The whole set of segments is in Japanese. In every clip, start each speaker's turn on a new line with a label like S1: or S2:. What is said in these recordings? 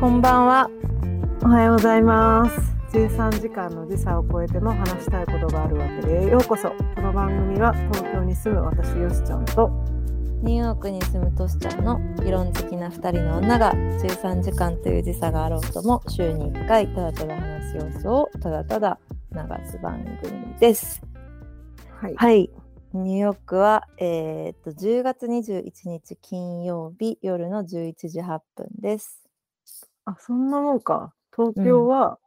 S1: こんばんは。
S2: おはようございます。13時間の時差を超えても話したいことがあるわけで、ようこそ。この番組は東京に住む私よしちゃんと、
S1: ニューヨークに住むトシちゃんの議論好きな2人の女が13時間という時差があろうとも週に1回ただただ話す様子をただただ流す番組です。
S2: はい
S1: はい。ニューヨークは、えーっと10月21日金曜日夜の11時8分です。
S2: あ、そんなもんか。東京は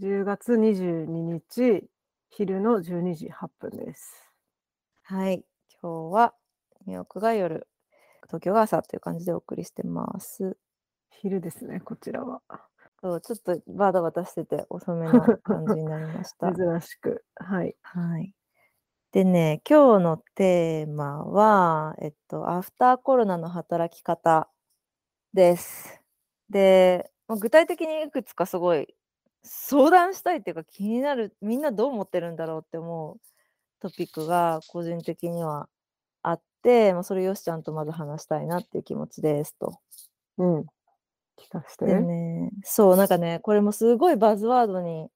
S2: 10月22日、昼の12時8分です。
S1: はい。今日はニューヨークが夜、東京が朝という感じでお送りしてます。
S2: 昼ですね、こちらは。
S1: そうちょっとバタバタしてて遅めな感じになりました。
S2: 珍しく。はい。
S1: はい。でね、今日のテーマは、えっと、アフターコロナの働き方です。で、まあ具体的にいくつかすごい相談したいっていうか気になる、みんなどう思ってるんだろうって思うトピックが個人的にはあって、まあ、それよしちゃんとまず話したいなっていう気持ちですと。
S2: うん。聞かして。
S1: でね、そう、なんかね、これもすごいバズワードに、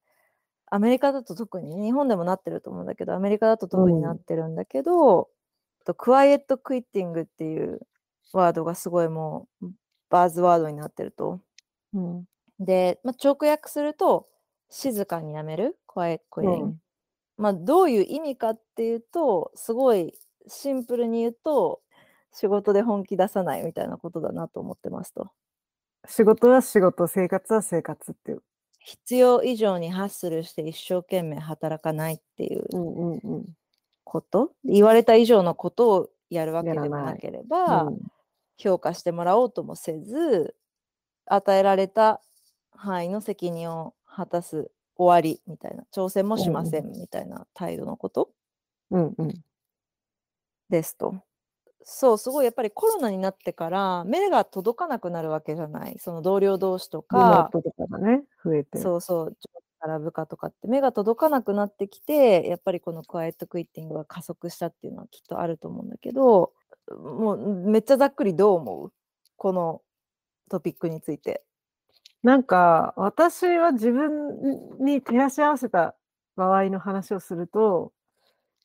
S1: アメリカだと特に、日本でもなってると思うんだけど、アメリカだと特にな
S2: うん
S1: ってるんだけど、とクワイエットクイッティングっていうワードがすごいもうバズワードになってると。
S2: うん。
S1: で、まあ、直訳すると、静かにやめる、クワイエットクイッティング。まあ、どういう意味かっていうと、すごいシンプルに言うと、仕事で本気出さないみたいなことだなと思ってますと。
S2: 仕事は仕事、生活は生活っていう。
S1: 必要以上にハッスルして一生懸命働かないっていうん
S2: うんうん。
S1: こと言われた以上のことをやるわけ
S2: や
S1: で
S2: ら
S1: もな
S2: ない
S1: ければ、評価してもらおうともせず与えられた範囲の責任を果たす終わりみたいな挑戦もしませんみたいな態度のこと
S2: うんうん。
S1: ですと。そうすごいやっぱりコロナになってから目が届かなくなるわけじゃないその同僚同士と
S2: リモ
S1: か
S2: ートとかがね、増えて。
S1: そうそう、上司から部下とかって目が届かなくなってきて、やっぱりこのクワイエットクイッティングが加速したっていうのはきっとあると思うんだけど、もうめっちゃざっくりどう思うこのトピックについて。
S2: なんか私は自分に照らし合わせた場合の話をすると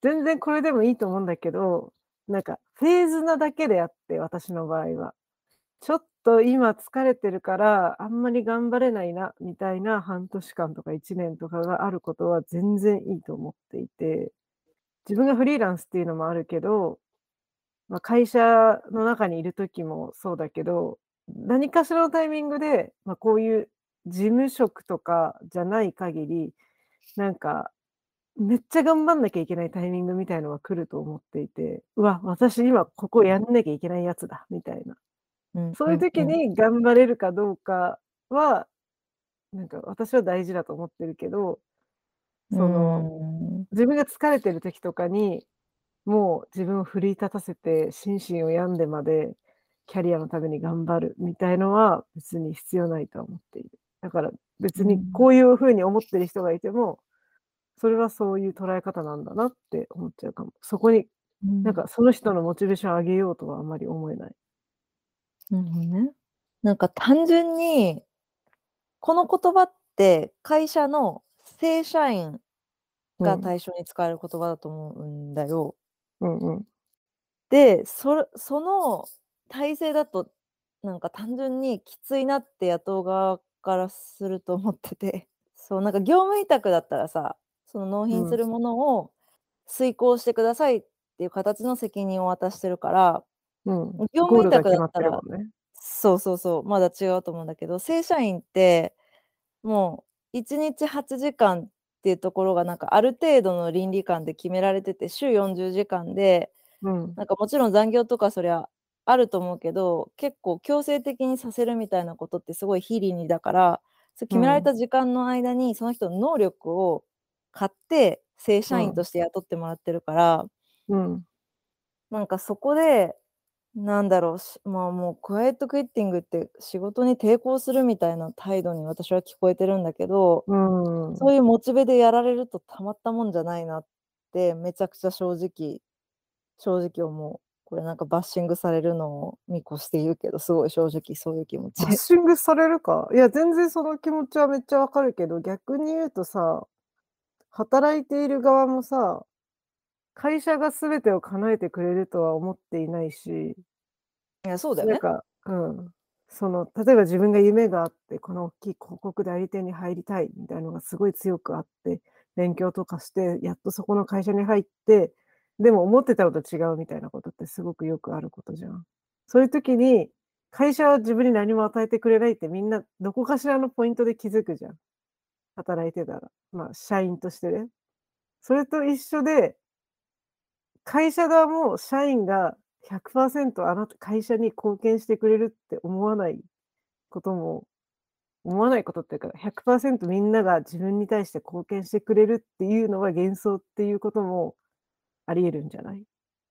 S2: 全然これでもいいと思うんだけどなんかフェーズなだけであって私の場合はちょっと今疲れてるからあんまり頑張れないなみたいな半年間とか1年とかがあることは全然いいと思っていて自分がフリーランスっていうのもあるけど、まあ、会社の中にいる時もそうだけど何かしらのタイミングで、まあ、こういう事務職とかじゃない限りなんかめっちゃ頑張んなきゃいけないタイミングみたいのが来ると思っていてうわ私今ここやんなきゃいけないやつだみたいなそういう時に頑張れるかどうかはなんか私は大事だと思ってるけどその、
S1: の、
S2: 自分が疲れてる時とかにもう自分を奮い立たせて心身を病んでまでキャリアのために頑張るみたいのは別に必要ないとは思っているだから別に
S1: うん
S2: こういうふうに思ってる人がいても、それはそういう捉え方なんだなって思っちゃうかもそこに
S1: な
S2: なん、かその人のモチベーションを上げようとはあまり思えない、
S1: なるほどね。なんか単純に、この言葉って会社の正社員が対象に使える言葉だと思うんだよ。
S2: うんうん
S1: でそれその体制だとなんか単純にきついなって雇う側からすると思ってて そうなんか業務委託だったらさその納
S2: う
S1: 品
S2: ん
S1: するものを遂行してくださいっていう形の責任を渡してるから
S2: うんうん
S1: 業務
S2: ゴ
S1: 委
S2: ールが
S1: 託
S2: 決
S1: だ
S2: ま
S1: っ
S2: って
S1: た
S2: る
S1: ら
S2: もんね
S1: そうそうそうまだ違うと思うんだけど正社員ってもう1日8時間っていうところがなんかある程度の倫理観で決められてて週40時間で
S2: うん
S1: なんかもちろん残業とかそりゃあると思うけど結構強制的にさせるみたいなことってすごい非倫理だからそう決められ
S2: うん
S1: た時間の間にその人の能力を買って正社
S2: う
S1: 員
S2: ん
S1: として雇ってもらってるから、
S2: うん
S1: なんかそこでなんだろうしまあもうクワイエットクイッティングって仕事に抵抗するみたいな態度に私は聞こえてるんだけど、
S2: うん
S1: そういうモチベでやられるとたまったもんじゃないなってめちゃくちゃ正直正直思うこれなんかバッシングされるのを見越して言うけど、すごい正直そういう気持ち
S2: バ。ッシングされるか。いや、全然その気持ちはめっちゃわかるけど、逆に言うとさ、働いている側もさ、会社が全てを叶えてくれるとは思っていないし、
S1: いや、そうだよ
S2: なん
S1: ね。
S2: か、うん。その、例えば自分が夢があって、この大きい広告代理店に入りたいみたいなのがすごい強くあって、勉強とかして、やっとそこの会社に入って、でも思ってたのと違うみたいなことってすごくよくあることじゃん。そういう時に、会社は自分に何も与えてくれないってみんなどこかしらのポイントで気づくじゃん。働いてたら。まあ、社員としてね。それと一緒で、会社側も社員が100%あなた会社に貢献してくれるって思わないことも思わないことっていうか100%みんなが自分に対して貢献してくれるっていうのは幻想っていうこともありえるんじゃない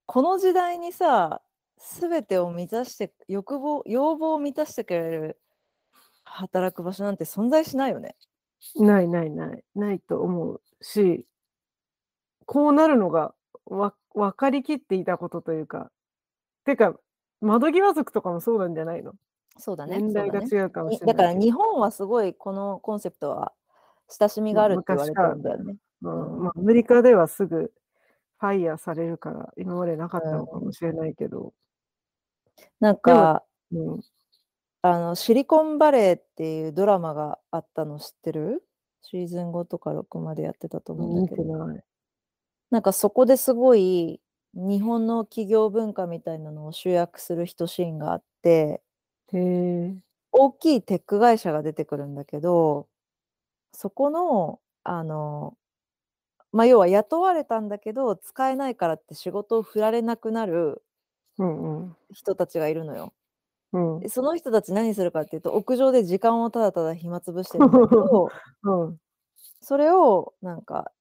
S1: この時代にさ、すべてを満たして、欲望、要望を満たしてくれる働く場所なんて存在しないよね。
S2: ないないないないと思うしこうなるのがわ分かりきっていたことというかてか窓際族とかもそうなんじゃないの
S1: そうだね、
S2: 年
S1: そう
S2: 代
S1: だ
S2: が
S1: ね。
S2: 違うかも
S1: に
S2: しれ
S1: だか
S2: ない
S1: ら
S2: けど
S1: 日本はすごいこのコンセプトは親しみ
S2: ま
S1: が
S2: あ
S1: あるって言わ
S2: 昔
S1: れ
S2: か
S1: て
S2: ら
S1: るんだ
S2: ね、
S1: よね。
S2: う
S1: うんん。
S2: まあ、アメリカではすぐファイヤーされるから今までなかったのか
S1: う
S2: も
S1: ん、
S2: しれないけど
S1: なん
S2: でも、
S1: か、
S2: うん、
S1: あの、シリコンバレーっていうドラマがあったの知ってるシーズン5とか6までやってたと思うんだ
S2: 見
S1: け
S2: て
S1: ど。
S2: ない。
S1: なんかそこですごい日本の企業文化みたいなのを集約する一シーンがあって、
S2: へえ。
S1: 大きいテック会社が出てくるんだけど、そこの、あの、まあ、要は雇われたんだけど、使えないからって仕事を振られなくなる
S2: うんうん
S1: 人たちがいるのよ。
S2: うん。
S1: でその人たち何するかっていうと、屋上で時間をただただ暇つぶしてるんだけど、
S2: うん
S1: それをなんか、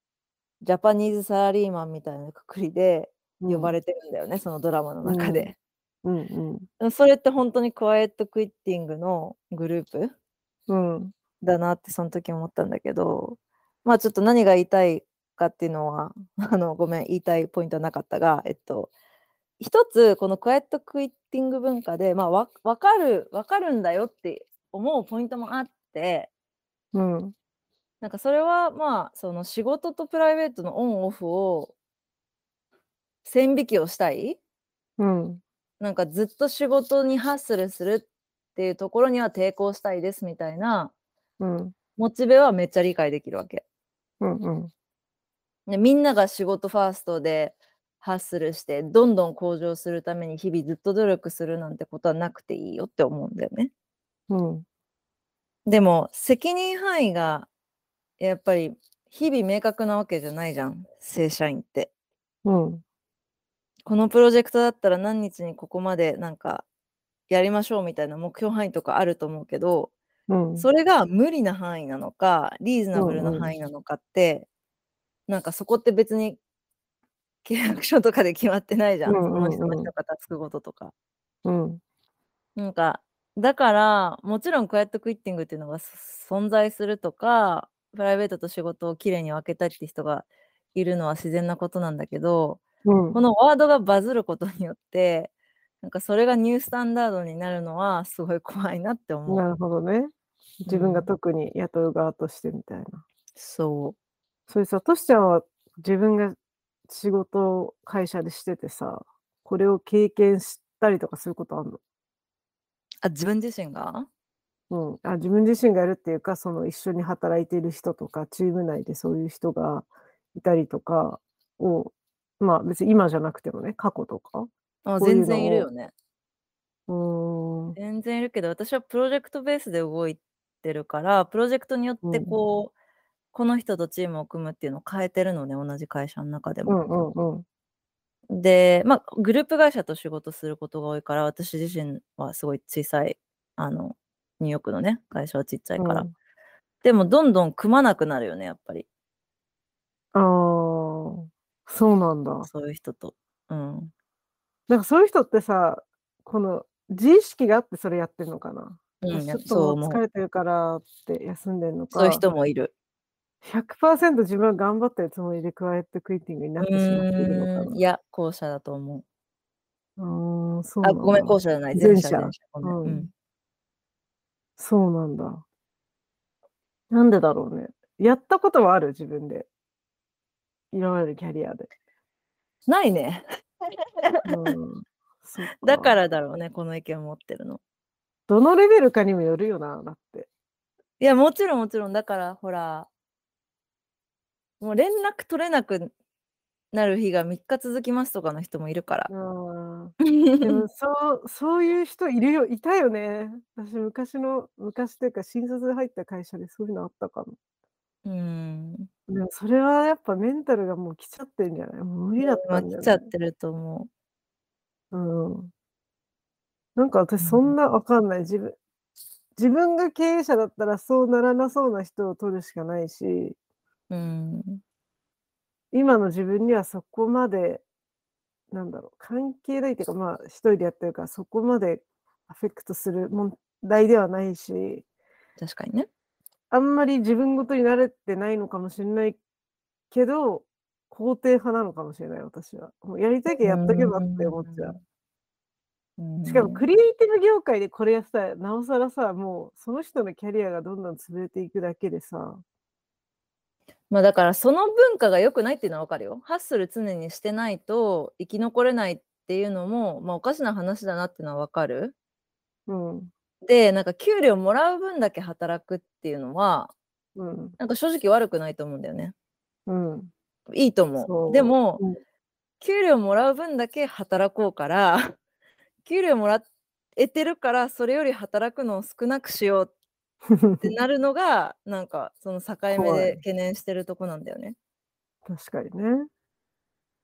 S1: ジャパニーズサラリーマンみたいなくくりで
S2: う
S1: 呼ば
S2: ん
S1: れてるんだよね、そのドラマの
S2: う
S1: 中
S2: ん
S1: で。
S2: うんうん
S1: うんそれって本当にクワイエットクイッティングのグループ
S2: うん
S1: だなってその時思ったんだけど、まあちょっと何が言いたいかっていうのは、 あの、ごめん、言いたいポイントはなかったが、えっと、一つこのクワイエットクイッティング文化で、まあわわかる、わかるんだよって思うポイントもあって、
S2: うん
S1: なんかそれはまあその仕事とプライベートのオンオフを線引きをしたい
S2: うん
S1: なんかずっと仕事にハッスルするっていうところには抵抗したいですみたいな
S2: うん
S1: モチベはめっちゃ理解できるわけ。
S2: うんうん
S1: でみんなが仕事ファーストでハッスルしてどんどん向上するために日々ずっと努力するなんてことはなくていいよって思うんだよね。
S2: うん
S1: でも責任範囲がやっぱり日々明確なわけじゃないじゃん正社員って。
S2: うん
S1: このプロジェクトだったら何日にここまでなんかやりましょうみたいな目標範囲とかあると思うけど
S2: うん
S1: それが無理な範囲なのかリーズ
S2: う
S1: ナブルなん
S2: うん
S1: 範囲なのかってなんかそこって別に契約書とかで決まってないじゃ
S2: うん
S1: その
S2: ん
S1: 人の
S2: うん
S1: 人がタスクごととか。
S2: うん
S1: なんかだからもちろんクワイエットクイッティングっていうのがそ存在するとかプライベートと仕事をきれいに分けたいって人がいるのは自然なことなんだけど
S2: うん
S1: このワードがバズることによってなんかそれがニュースタンダードになるのはすごい怖いなって思
S2: なるほどね。
S1: う。
S2: 自
S1: う
S2: 分が
S1: ん、
S2: 特に雇う側としてみたいな。
S1: そう。
S2: それさ、トシちゃんは自分が仕事を会社でしててさ、これを経験したりとかすることあるの
S1: あ自分自身が
S2: うん、あ自分自身がやるっていうか、その一緒に働いている人とか、チーム内でそういう人がいたりとかを、まあ別に今じゃなくてもね、過去とか、
S1: あ
S2: こうい
S1: 全
S2: うの
S1: 然いるよ
S2: を、
S1: ね。
S2: うーん、
S1: 全然いるけど私はプロジェクトベースで動いてるからプロジェクトによっ
S2: う
S1: て
S2: ん、
S1: こうこの人とチームを組むっていうのを変えてるのね同じ会社の中で
S2: う
S1: も。
S2: ん、うん、うん、
S1: で、まあ、グループ会社と仕事することが多いから私自身はすごい小さいあのニューヨークのね会社はちっちゃいうから。
S2: ん。
S1: でもどんどん組まなくなるよねやっぱり
S2: ああ、そうなんだ。
S1: そういう人と。うん、
S2: なんかそういう人ってさ、この自意識があってそれやってるのかな。
S1: う
S2: 私
S1: ん、
S2: ち
S1: や
S2: ょっと
S1: そう
S2: もう
S1: 思
S2: 疲
S1: う
S2: れてるからって休んでんの
S1: そういう
S2: か、
S1: 人もいる。
S2: 100%自分は頑張ってるつもりでクワイエットクイッティングにな
S1: う
S2: ってしまっているのか
S1: ーん
S2: な。
S1: いや後者だと思う。
S2: ああ、そう
S1: あ、
S2: な
S1: ご
S2: ん
S1: めん、
S2: だ。
S1: 後者じゃない。前
S2: 前
S1: 者、前
S2: 者。
S1: 者。ごめん。
S2: う。
S1: うんん。
S2: そうなんだ。なんでだろうね。やったことはある？自分で。今までキャリアで。
S1: ないね。
S2: うん、 そっ
S1: だか
S2: か。
S1: らだろうね、この意見を持ってるの。
S2: どのレベルかにもよるよな、だって。
S1: いや、もちろんもちろん、だからほらもう連絡取れなくなる日が3日続きますとかの人もいるから。
S2: ああ、でもそうそういう人いるよいたよね。私昔の昔というか新卒で入った会社でそういうのあったかも。
S1: うーん。
S2: でもそれはやっぱメンタルがもう来ちゃってんじゃない？もう無理だっ
S1: ま、
S2: た
S1: 来
S2: んじゃ
S1: ちゃ
S2: な
S1: っ
S2: い？
S1: てると思う。
S2: うん。なんか
S1: う
S2: 私そん
S1: ん。
S2: なわかんない。自分自分が経営者だったらそうならなそうな人を取るしかないし。
S1: うーん。
S2: 今の自分にはそこまで、なんだろう、関係ないっていうか、まあ、一人でやってるから、そこまでアフェクトする問題ではないし。
S1: 確かにね。
S2: あんまり自分事に慣れてないのかもしんないけど、肯定派なのかもしれない、私は。もうやりたいうけやっとけばっ
S1: ー
S2: て思っちゃう。
S1: ん。うー
S2: しかもク
S1: ん。
S2: リエイティブ業界でこれやってたら、なおさらさ、もうその人のキャリアがどんどん潰れていくだけでさ。
S1: ま、だからその文化が良くないっていうのはわかるよ。ハッスル常にしてないと生き残れないっていうのも、ま、おかしな話だなっていうのはわかる。
S2: うん。
S1: で、なんか給料もらう分だけ働くっていうのは、
S2: うん。
S1: なんか正直悪くないと思うんだよね。
S2: うん。
S1: いいと思う。で
S2: そ
S1: も、
S2: う。うん。
S1: 給料もらう分だけ働こうから、 給料もらえてるから、それより働くのを少なくしようってなるのが、なんかその境目
S2: 怖
S1: で
S2: い。
S1: 懸念してるとこなんだよね。
S2: 確かにね。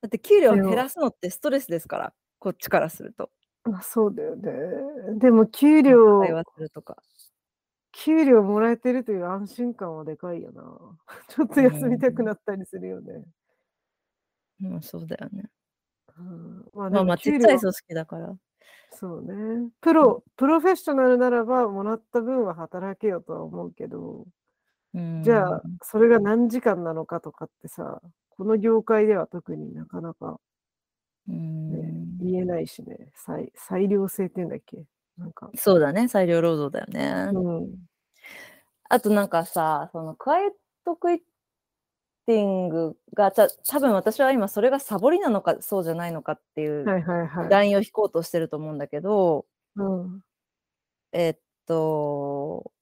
S1: だって給料を
S2: で
S1: 減
S2: も
S1: らすのってストレスですから、こっちからすると。
S2: ま、そうだよね。でも給
S1: その会
S2: 料
S1: 話するとか。
S2: 給料もらえてるという安心感はでかいよな。 ちょっ
S1: う
S2: と休みたく
S1: ん。
S2: なったりするよね。
S1: うん、そうだよね。
S2: うん、ま、で
S1: まあ
S2: も
S1: まあ、ちっ
S2: 給
S1: ちゃい
S2: 料
S1: 組織だから。
S2: そうね。プ
S1: うん。
S2: ロプロフェッショナルならば、もらった分は働けよとは思うけど、
S1: うー
S2: じゃあ、
S1: ん。
S2: それが何時間なのかとかってさ、この業界では特になかなか
S1: うー
S2: ね、
S1: ん。
S2: 言えないしね。さい裁量制っていうんだっけ？なんか。
S1: そうだね、裁量労働だよね。
S2: うん。
S1: あとなんかさ、そのクワイエットクイッティングが、た多分私は今それがサボりなのか、そうじゃないのかっていう
S2: はいはいはい。
S1: ラインを引こうとしてると思うんだけど
S2: うん。
S1: えっと、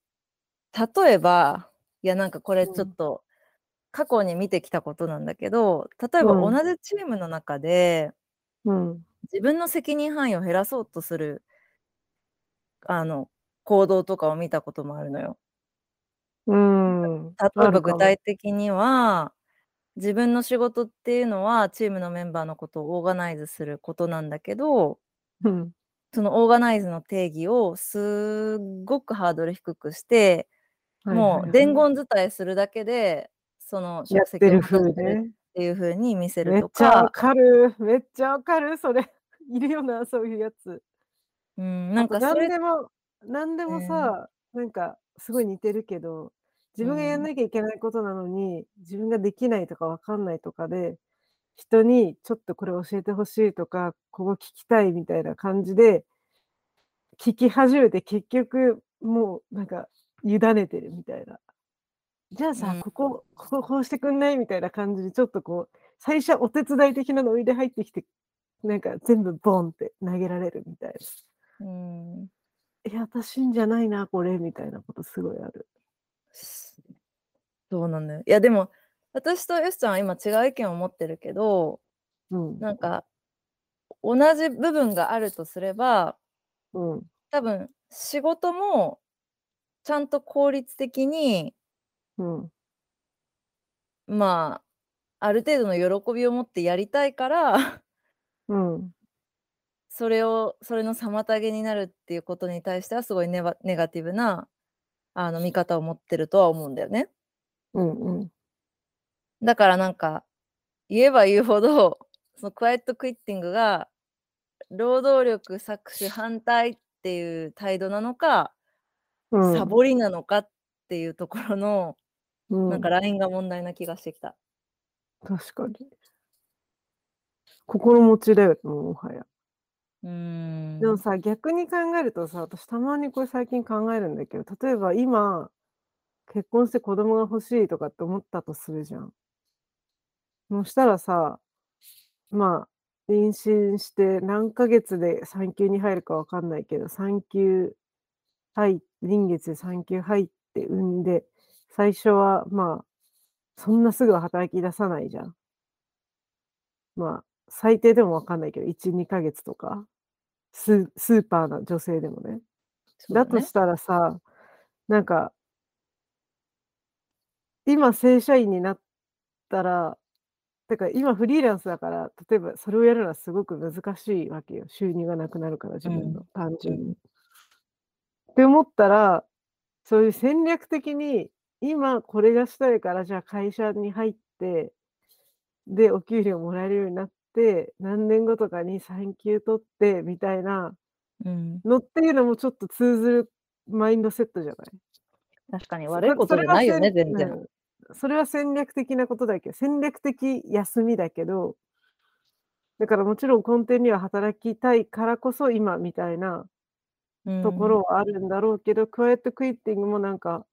S1: 例えば、いやなんかこれ
S2: う
S1: ちょっ
S2: ん。
S1: と、過去に見てきたことなんだけど、例え
S2: う
S1: ば
S2: ん。
S1: 同じチームの中で
S2: うん。
S1: 自分の責任範囲を減らそうとするあの、行動とかを見たこともあるのよ。
S2: うーん、
S1: た例え
S2: あ
S1: ば
S2: る
S1: 具
S2: かも。
S1: 体的には、自分の仕事っていうのは、チームのメンバーのことをオーガナイズすることなんだけど
S2: うん。
S1: そのオーガナイズの定義をすごくハードル低くして、
S2: はいはい
S1: もう
S2: は
S1: 伝
S2: い。
S1: 言伝えするだけで、その
S2: や
S1: 職
S2: って
S1: 責を
S2: る
S1: 果たし
S2: 風
S1: てる
S2: ね。
S1: っていう風に見せる
S2: めっ
S1: と
S2: ちゃわ
S1: か
S2: かる。めっちゃわかる、それ。 いるよな、そういうやつ。
S1: うーん、な
S2: あ
S1: ん
S2: と
S1: かそ
S2: 何
S1: れ
S2: でも何で
S1: う
S2: も
S1: ん。
S2: さ、なんかすごい似てるけど、自
S1: う
S2: 分がやん
S1: ん。
S2: なきゃいけないことなのに、自分ができないとかわかんないとかで、人にちょっとこれ教えて欲しいとか、ここ聞きたいみたいな感じで聞き始めて結局、もうなんか委ねてるみたいな。じゃあ
S1: う
S2: さ、
S1: ん。
S2: ここ、こここうしてくんない？みたいな感じでちょっとこう、最初はお手伝い的なノリで入ってきて、なんか全部ボンって投げられるみたいな。
S1: うーん。
S2: いや、私んじゃないな、これみたいなことすごいある。
S1: そうなんだよ。いやでも、私とよしちゃんは今違う意見を持ってるけど、
S2: うん。
S1: なんか、同じ部分があるとすれば
S2: うん。
S1: 多分仕事も、ちゃんと効率的に
S2: うん。
S1: まあ、ある程度の喜びを持ってやりたいから
S2: うん。
S1: それをそれの妨げになるっていうことに対しては、すごいネバネガティブな、あの見方を持ってるとは思うんだよね。
S2: うんうん。
S1: だからなんか、言えば言うほど、 そのクワイエットクイッティングが、労働力搾取反対っていう態度なのか、
S2: う
S1: サ
S2: ん。
S1: ボりなのかっていうところの、
S2: う
S1: なんか
S2: ん。
S1: ラインが問題な気がしてきた。
S2: 確かに。心持ちだよ、もうもはや。
S1: うー
S2: でも
S1: ん。
S2: さ、逆に考えるとさ、私たまにこれ最近考えるんだけど、例えば今、結婚して子供が欲しいとかって思ったとするじゃん。そしたらさ、まあ、妊娠して何ヶ月で産休に入るかわかんないけど、産休はい臨月で産休入って産んで、最初はまあ、そんなすぐは働き出さないじゃん。まあ、最低でもわかんないけど、1、2ヶ月とか、ススーパーな女性でもね。
S1: そう
S2: だ
S1: だ
S2: と
S1: ね。
S2: したらさ、なんか今正社員になったら、てか今フリーランスだから、例えばそれをやるのはすごく難しいわけよ。収入がなくなるか
S1: う
S2: ら自分
S1: ん。
S2: の、単
S1: う
S2: 純
S1: ん。
S2: に。って思ったら、そういう戦略的に、今これがしたいから、じゃあ会社に入って、で、お給料もらえるようになって、何年後とかに産休取ってみたいな
S1: うん。
S2: のっていうのもちょっと通ずるマインドセットじゃない？
S1: 確かに
S2: そ
S1: 悪い
S2: れ
S1: こと
S2: そ
S1: じ
S2: れ
S1: ゃ
S2: は
S1: ない
S2: せ
S1: よ
S2: ん
S1: ね、全然。
S2: うん、それは戦略的なことだけど、戦略的休みだけどだからもちろん根底には働きたいからこそ今みたいな
S1: う
S2: とこ
S1: ん。
S2: ろはあるんだろうけど、クワイエットクイッティングもなんか、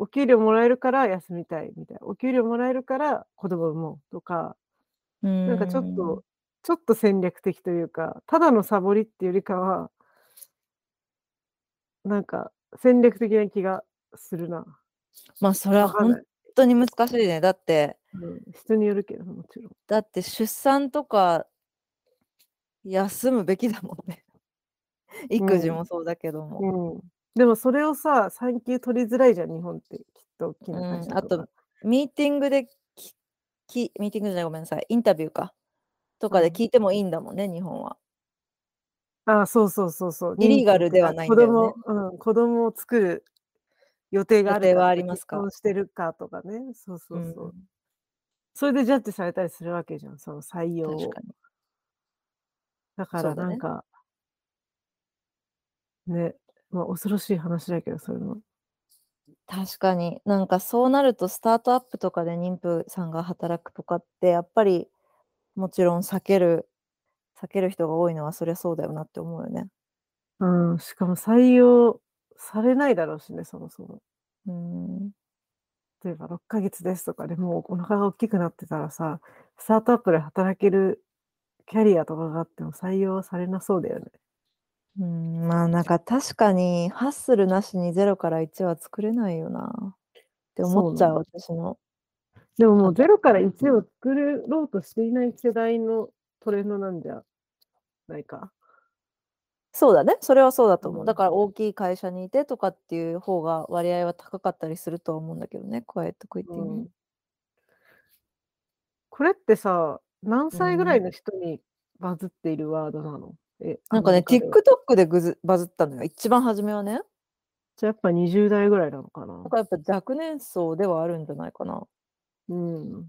S2: お給料もらえるから休みたいみたいな、お給料もらえるから子供産もうとか、
S1: う
S2: なんかちょっ
S1: ーん。
S2: とちょっと戦略的というか、ただのサボりっていうよりかはなんか戦略的な気がするな。
S1: ま、それは
S2: わかん
S1: ほん
S2: ない。
S1: とに難しいね。だって
S2: うん、人によるけど、もちろん。
S1: だって出産とか休むべきだもんね。
S2: う
S1: 育児
S2: ん。
S1: もそうだけども。
S2: うん。でもそれをさ、産休取りづらいじゃん、日本って、きっと大き
S1: う
S2: な会
S1: ん、
S2: 社
S1: あ
S2: と
S1: と
S2: か。
S1: ミーティングでききミーティングじゃない、ごめんなさい、インタビューか、と
S2: う
S1: かで
S2: ん。
S1: 聞いてもいいんだもんね、日本は。
S2: ああ、そうそうそうそう、
S1: イリ
S2: 妊
S1: ーガ
S2: 婦っ
S1: ル
S2: て
S1: で
S2: か、
S1: はない
S2: 子
S1: んだよね。
S2: 供うん、子供を作る予定
S1: 予
S2: がある
S1: 定は
S2: かと
S1: あ
S2: か、
S1: りま
S2: 結
S1: すか？
S2: 婚してるかとかね、そうそううそう。
S1: ん。
S2: それでジャッジされたりするわけじゃん、その採用
S1: 確
S2: を。
S1: かに。
S2: だか
S1: そう
S2: ら
S1: だ
S2: なん
S1: ね。
S2: かね、ま、恐ろしい話だけど、それは。
S1: 確かに、なんかそうなるとスタートアップとかで妊婦さんが働くとかって、やっぱり、もちろん避ける避ける人が多いのはそりゃそうだよなって思うよね。
S2: うん、しかも採用されないだろうしね、そもそも。
S1: うーん。
S2: 例えば6ヶ月ですとかで、もうお腹が大きくなってたらさ、スタートアップで働けるキャリアとかがあっても採用はされなそうだよね。
S1: うーん、まあ、なんか確かにハッスルなしに0から1は作れないよなって思
S2: そ
S1: っ
S2: う
S1: ち
S2: な
S1: ゃ
S2: ん
S1: う、
S2: だ。
S1: 私の
S2: でもも
S1: は
S2: う
S1: た
S2: 0から1を作ろうとしていない世代のトレンドなんじゃないか？
S1: そうだね、それはそうだ
S2: う
S1: と思う。だ
S2: ん。
S1: から大きい会社にいてとかっていう方が割合は高かったりするとは思うんだけどね、クワイエットクイッ
S2: う
S1: ティング。
S2: ん。これってさ、何
S1: う
S2: 歳ぐらい
S1: ん。
S2: の人にバズっているワードなの？え、ア
S1: なん
S2: メ
S1: かね、
S2: リカでは。
S1: TikTok でぐずバズったのよ、一番初めはね。
S2: じゃ、やっぱ20代ぐらいなのか
S1: だ
S2: な？
S1: からやっぱ若年層ではあるんじゃないかな。
S2: うん。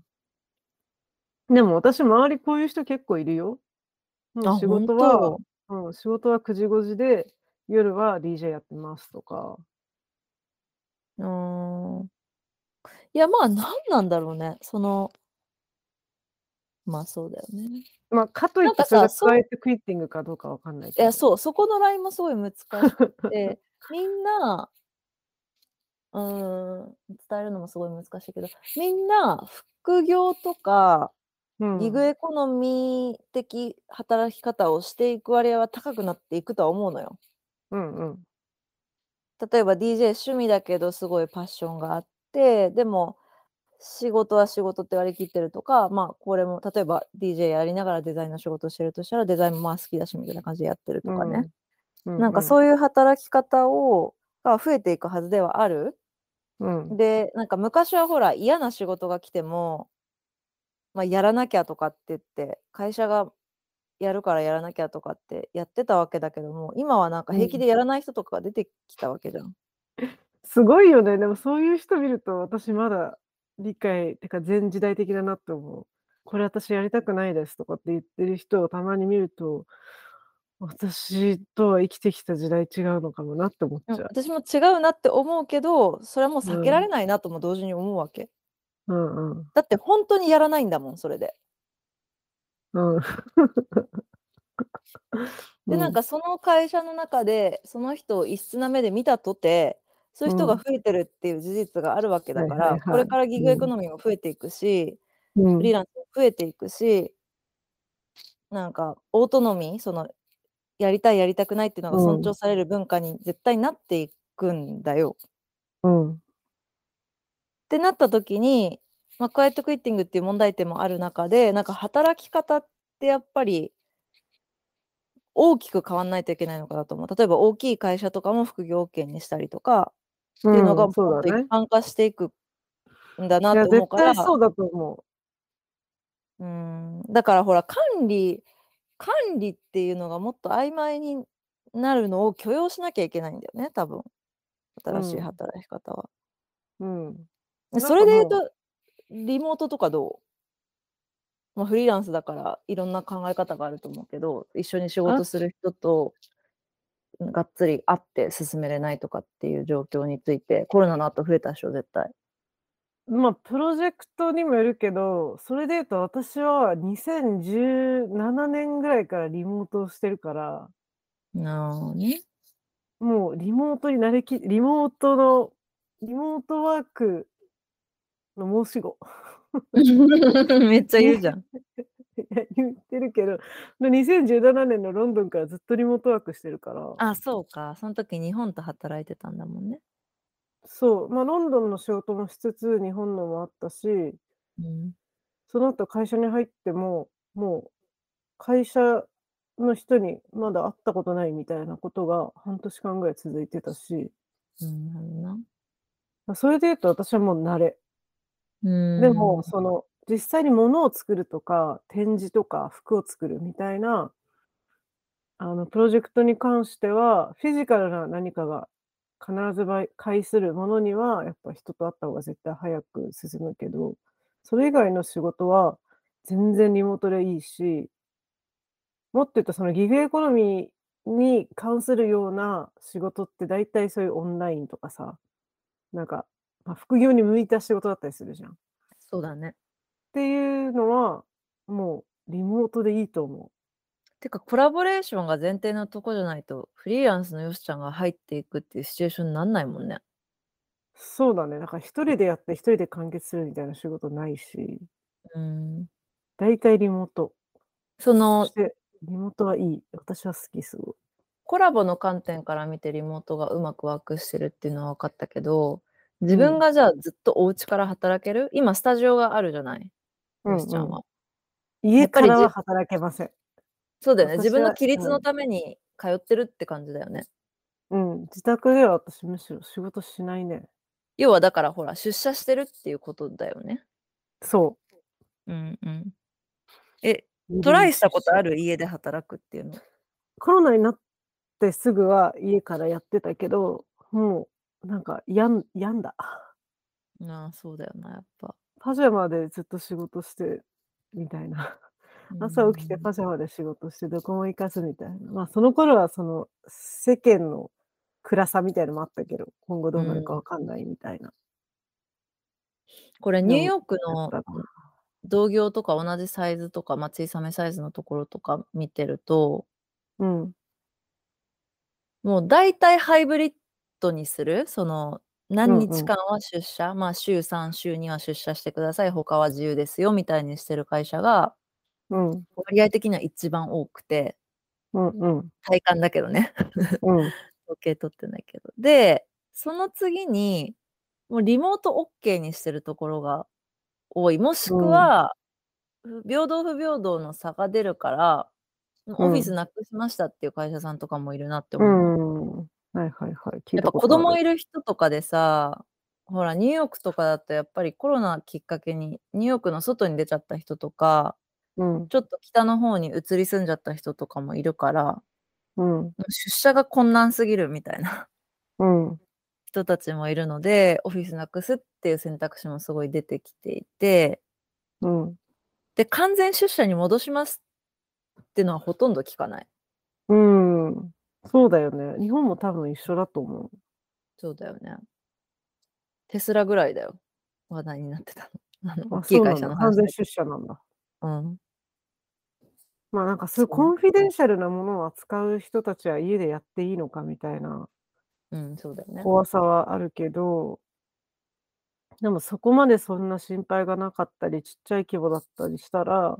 S2: でも私周りこういう人結構いるよ。もう
S1: あ、
S2: 仕
S1: 本
S2: 事は
S1: 当。
S2: うん、仕事は9時5時で、夜は DJ やってますとか。
S1: うーん。いや、まあ、なんなんだろうね、そのまあ、そうだよね。
S2: ま、かといっ
S1: なん
S2: て
S1: か
S2: それ
S1: さ、
S2: がク
S1: そ
S2: ワイエ
S1: う
S2: ットクイッティングかどうかわかんない
S1: い
S2: け
S1: や、
S2: ど。
S1: そう、そこのラインもすごい難しく て、みんなうーん、伝えるのもすごい難しいけど、みんな副業とか、
S2: う
S1: ギグ
S2: ん。
S1: エコノミー的働き方をしていく割合は高くなっていくとは思うのよ。
S2: うんうん。
S1: 例えば DJ 趣味だけどすごいパッションがあって、でも仕事は仕事って割り切ってるとか、まあ、これも例えば DJ やりながらデザインの仕事をしてるとしたら、デザインもまあ好きだしみたいな感じでやってる
S2: う
S1: とかね。
S2: ん。う
S1: なんか
S2: んうん。
S1: そういう働き方をが増えていくはずではある。
S2: うん。
S1: で、なんか昔はほら、嫌な仕事が来てもま、やらなきゃとかって言って、会社がやるからやらなきゃとかってやってたわけだけども、今はなんか
S2: う
S1: 平気
S2: ん。
S1: でやらない人とかが出てきたわけじゃん。
S2: すごいよね、でもそういう人見ると私まだ理解てか全時代的だなって思う。これ私やりたくないですとかって言ってる人をたまに見ると、私とは生きてきた時代違うのかもなって思っ
S1: うん、
S2: ちゃう。
S1: 私も違うなって思うけど、それはもう
S2: う
S1: 避けられ
S2: ん。
S1: ないなとも同時に思うわけ。
S2: うんうん。
S1: だってほんとにやらないんだもん、それで。
S2: うん。
S1: でなんかその会社の中でその人を異質な目で見たとてそういう人が
S2: うん
S1: 増えてるっていう事実があるわけだか
S2: はい
S1: ら
S2: はいはい
S1: これからギグエコノミーも増えていくしフリーランスも増えていくしなんかオートノミーそのやりたいやりたくないっていうのが
S2: うん
S1: 尊重される文化に絶対なっていくんだよ。
S2: うん、
S1: ってなった時に、まあ、クワイエットクイッティングっていう問題点もある中でなんか働き方ってやっぱり大きく変わんないといけないのかなと思う例えば大きい会社とかも副業権にしたりとか
S2: って
S1: っていうのがもっ
S2: そう
S1: と一
S2: だね。
S1: 般化していくんだない
S2: や、
S1: と思う
S2: 絶
S1: から
S2: 対そうだと思
S1: うんだからほら管理管理っていうのがもっと曖昧になるのを許容しなきゃいけないんだよね多分新しい
S2: うん
S1: 働き方は。
S2: う。うん。
S1: で
S2: なん
S1: それで言う
S2: かも
S1: とリモートとかどう、まあ、フリーランスだからいろんな考え方があると思うけど一緒に仕事する人とがっつり会って進めれないとかっていう状況についてコロナの後増えたでしょ絶対。
S2: まあ、プロジェクトにもよるけど、それで言うと私は2017年ぐらいからリモートをしてるから、
S1: なあね。
S2: もうリモートに慣れき、リモートの、リモートワークの申し子。
S1: めっちゃ言うじゃん。
S2: いや言ってるけど、2017年のロンドンからずっとリモートワークしてるから。
S1: あそうかその時日本と働いてたんだもんね。
S2: そう、まあ、ロンドンの仕事もしつつ、日本のもあったし、
S1: うん、
S2: その後会社に入っても、もう会社の人にまだ会ったことないみたいなことが半年間ぐらい続いてたし、
S1: うん、なるな。
S2: まあそれで言うと私はもう慣れ。
S1: うん
S2: でも、その実際に物を作るとか、展示とか服を作るみたいな、あのプロジェクトに関しては、フィジカルな何かが必ず倍介するものには、やっぱ人と会った方が絶対早く進むけど、それ以外の仕事は全然リモートでいいし、もっと言うと、そのギグエコノミーに関するような仕事って大体そういうオンラインとかさ、なんか、まあ副業に向いた仕事だったりするじゃん。
S1: そうだね。
S2: っていうのはもうリモートでいいと思
S1: てかコラボレーションが前提のとこじゃないとフリーランスのよしちゃんが入っていくっていうシチュエーションになんないもんね。
S2: う。そうだね。だから一人でやって一人で完結するみたいな仕事ないし、
S1: うん、
S2: 大体リモート。
S1: そ
S2: そ
S1: の
S2: してリモートはいい。私は好きすごい。
S1: コラボの観点から見てリモートがうまくワークしてるっていうのは分かったけど自
S2: う
S1: 分
S2: ん
S1: がじゃあずっとお家から働ける今スタジオがあるじゃない
S2: うんう
S1: よ
S2: ん
S1: しちゃんは。や
S2: 家
S1: っぱ
S2: か
S1: り
S2: ら
S1: じ
S2: は働けません。
S1: そうだよね自分の
S2: 私は
S1: 規律
S2: うん
S1: のために通ってるって感じだよね。
S2: うん。自宅では私むしろ仕事しないね。
S1: 要はだからほら出社してるっていうことだよね。
S2: そ
S1: うんうん、え
S2: う。
S1: トライしたことあ
S2: る
S1: る家で働くっていうの。
S2: コロナになってすぐは家からやってたけど、もうなんかやん病んだ。
S1: ああそうだよなやっぱ。
S2: パジャマでずっと仕事してみたいな。朝起きて
S1: うん
S2: パジャマで仕事してどこも行かずみたいな。まあその頃はその世間の暗さみたいのもあったけど、今後どうなるかわかんないみたいな。
S1: これ
S2: でも
S1: ニューヨーク
S2: やっ
S1: の
S2: ぱ
S1: 同業とか同じサイズとか松井サメサイズのところとか見てると
S2: うん。
S1: もう大体ハイブリッドにするその何
S2: うんう
S1: 日
S2: ん
S1: 間は出社、まあ週3週には出社してください他は自由ですよみたいにしてる会社が
S2: うん。
S1: 割合的には一番多くて
S2: うん。 うん。
S1: 体感だけどね
S2: うん。
S1: 統計取ってないけどでその次にもうリモート OK にしてるところが多いもしく
S2: うん
S1: は、不平等不平等の差が出るからもうオフィ
S2: う
S1: スなくしましたっていう会社さんとかもいるなって
S2: う
S1: 思う、
S2: ん。はいはいはい。聞い
S1: やったぱ
S2: こ
S1: 子
S2: とあ
S1: 供いる人とかでさほらニューヨークとかだとやっぱりコロナきっかけにニューヨークの外に出ちゃった人とか
S2: うん。
S1: ちょっと北の方に移り住んじゃった人とかもいるからも
S2: うん。
S1: う出社が困難すぎるみたいな
S2: うん。
S1: 人たちもいるのでオフィスなくすっていう選択肢もすごい出てきていて
S2: うん。
S1: で完全出社に戻しますってのはほとんど聞かない。
S2: うん。そうだよね。日本も多分一緒だと思
S1: そうだよね。テスラぐらいだよ。話題になってたの。あの
S2: う。
S1: 大
S2: あ
S1: きい
S2: そうな
S1: 会
S2: ん
S1: 社
S2: だ
S1: の
S2: 完
S1: 話
S2: 全
S1: だけ
S2: 出社なんだ。
S1: ど。うん。
S2: まあ、なんかそういう
S1: そう
S2: コ
S1: ね。
S2: ンフィデンシャルなものを扱う人たちは家でやっていいのかみたいな
S1: うん、そうだよね。
S2: 怖さはあるけどでもそこまでそんな心配がなかったり、ちっちゃい規模だったりしたら、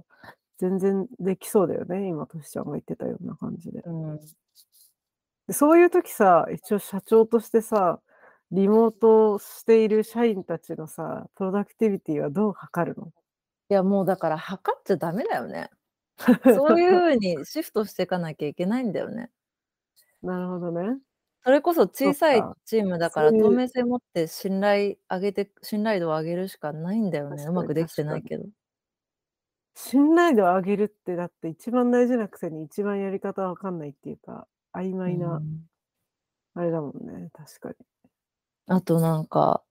S2: 全然できそうだよね、今トシちゃんが言ってたような感じで。
S1: うん。
S2: で、そういう時さ、一応社長としてさ、リモートしている社員たちのさ、プロダクティビティはどう測るの？
S1: いや、もうだから測っちゃダメだよ ね。そういう風にシフトしてかなきゃいけないんだよね。
S2: なるほどね。
S1: それこそ
S2: そ
S1: 小
S2: っ
S1: さい
S2: か。
S1: チームだか
S2: そ
S1: ら
S2: う
S1: 透
S2: いう
S1: 明性持って信頼上げて信頼度を上げるしかないんだよね。
S2: 確
S1: う
S2: か
S1: ま
S2: に
S1: くでき
S2: 確
S1: てな
S2: か
S1: い
S2: に。
S1: けど。
S2: 信頼度を上げるって、だって一番大事なくせに一番やり方わかんないっていうか、曖
S1: う
S2: 昧な、
S1: ん。
S2: あれだもんね、確かに。
S1: あとなんか、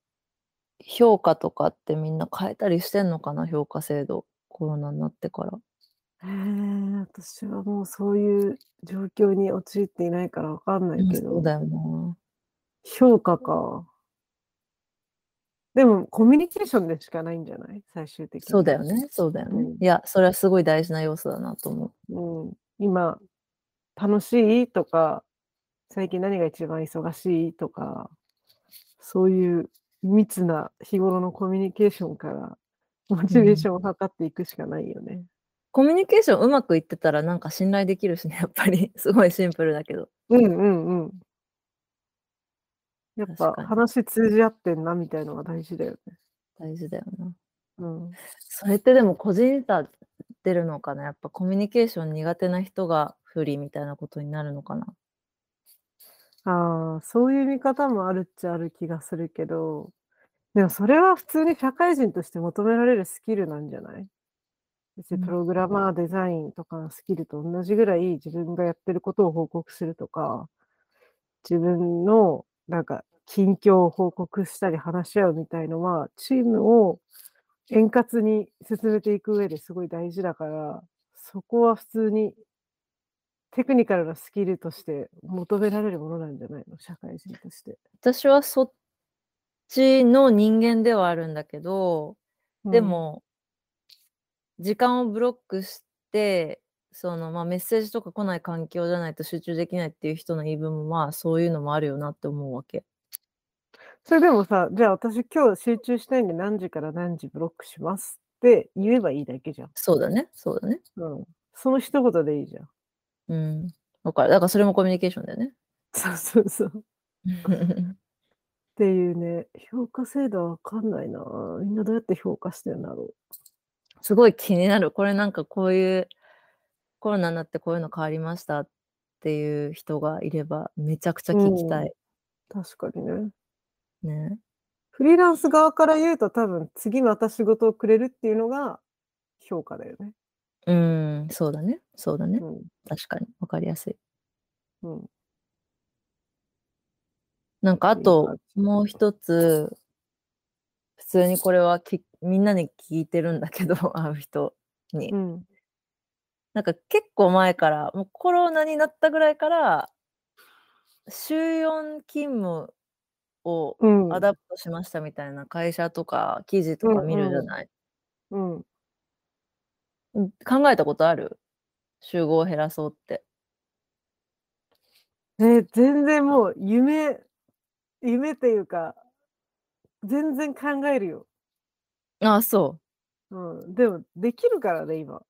S1: 評価とかってみんな変えたりしてんのかな、評価制度。コロナになってから。
S2: へえ、私はもうそういう状況に陥っていないからわかんな
S1: う
S2: い
S1: ん、
S2: け
S1: そう
S2: ど。
S1: だよな。
S2: 評価か。でも、コミュニケーションでしかないんじゃない？最終的
S1: そう
S2: に
S1: だ
S2: は。
S1: よねそうだよ
S2: う
S1: ね。
S2: ん。
S1: いや、それはすごい大事な要素だなと思う。
S2: うん、今、楽しい？とか、最近何が一番忙しい？とか、そういう密な日頃のコミュニケーションから、モ
S1: う
S2: チベーシ
S1: ん。
S2: ョンを測っていくしかないよね。
S1: コミュニケーションうまくいってたらなんか信頼できるしね、やっぱり。 すごいシンプルだけど。
S2: うんうんうん。やっ
S1: 確
S2: ぱ
S1: かに。
S2: 話通じ合ってんなみたいのが大事だよね。
S1: 大事だよな。
S2: うん。
S1: それってでも個人差出るのかな、やっぱコミュニケーション苦手な人が不利みたいなことになるのかな？
S2: ああ、そういう見方もあるっちゃある気がするけど、でもそれは普通に社会人として求められるスキルなんじゃない？別
S1: う
S2: にプ
S1: ん。
S2: ログラマー、デザインとかのスキルと同じぐらい自分がやってることを報告するとか、自分のなんか近況を報告したり話し合うみたいのは、チームを円滑に進めていく上ですごい大事だから、そこは普通にテクニカルなスキルとして求められるものなんじゃないの？社会人として。
S1: 私はそっちの人間ではあるんだけど、
S2: う
S1: で
S2: ん。
S1: も時間をブロックして、その、ま、メッセージとか来ない環境じゃないと集中できないっていう人の言い分も、まあ、そういうのもあるよなって思うわけ。
S2: それでもさ、じゃあ私今日集中したいんで何時から何時ブロックしますって言えばいいだけじゃん。
S1: そうだね、そうだね。
S2: うん。その一言でいいじゃん。
S1: うん。わかる。だからそれもコミュニケーションだよね。
S2: そうそうそう。っていうね、評価制度はわかんないな。みんなどうやって評価してんだろう。
S1: すごい気になる。これなんかこういう、コロナになってこういうの変わりましたっていう人がいれば、めちゃくちゃ聞きた
S2: うん。
S1: い。
S2: 確かにね。
S1: ね。
S2: フリーランス側から言うと多分次また仕事をくれるっていうのが評価だよね。
S1: うーん、そうだね、そうだね。
S2: うん。
S1: 確かにわかりやすい。
S2: うん。
S1: なんかあ
S2: ていう
S1: と、
S2: 感じ。
S1: もう一つ普通にこれは、きみんなに聞いてるんだけど、 会う人に。
S2: うん。
S1: なんか結構前から、もうコロナになったぐらいから週4勤務を
S2: う
S1: ア
S2: ん。
S1: ダプトしましたみたいな会社とか記事と
S2: う
S1: か見るじ
S2: ん
S1: ゃ
S2: うん。
S1: ない。
S2: うん。
S1: うん、考えたことある？週5を減らそうって。
S2: え、全然もう夢夢っていうか、全然考えるよ。
S1: ああ、そう。
S2: うん、でもできるからね、今。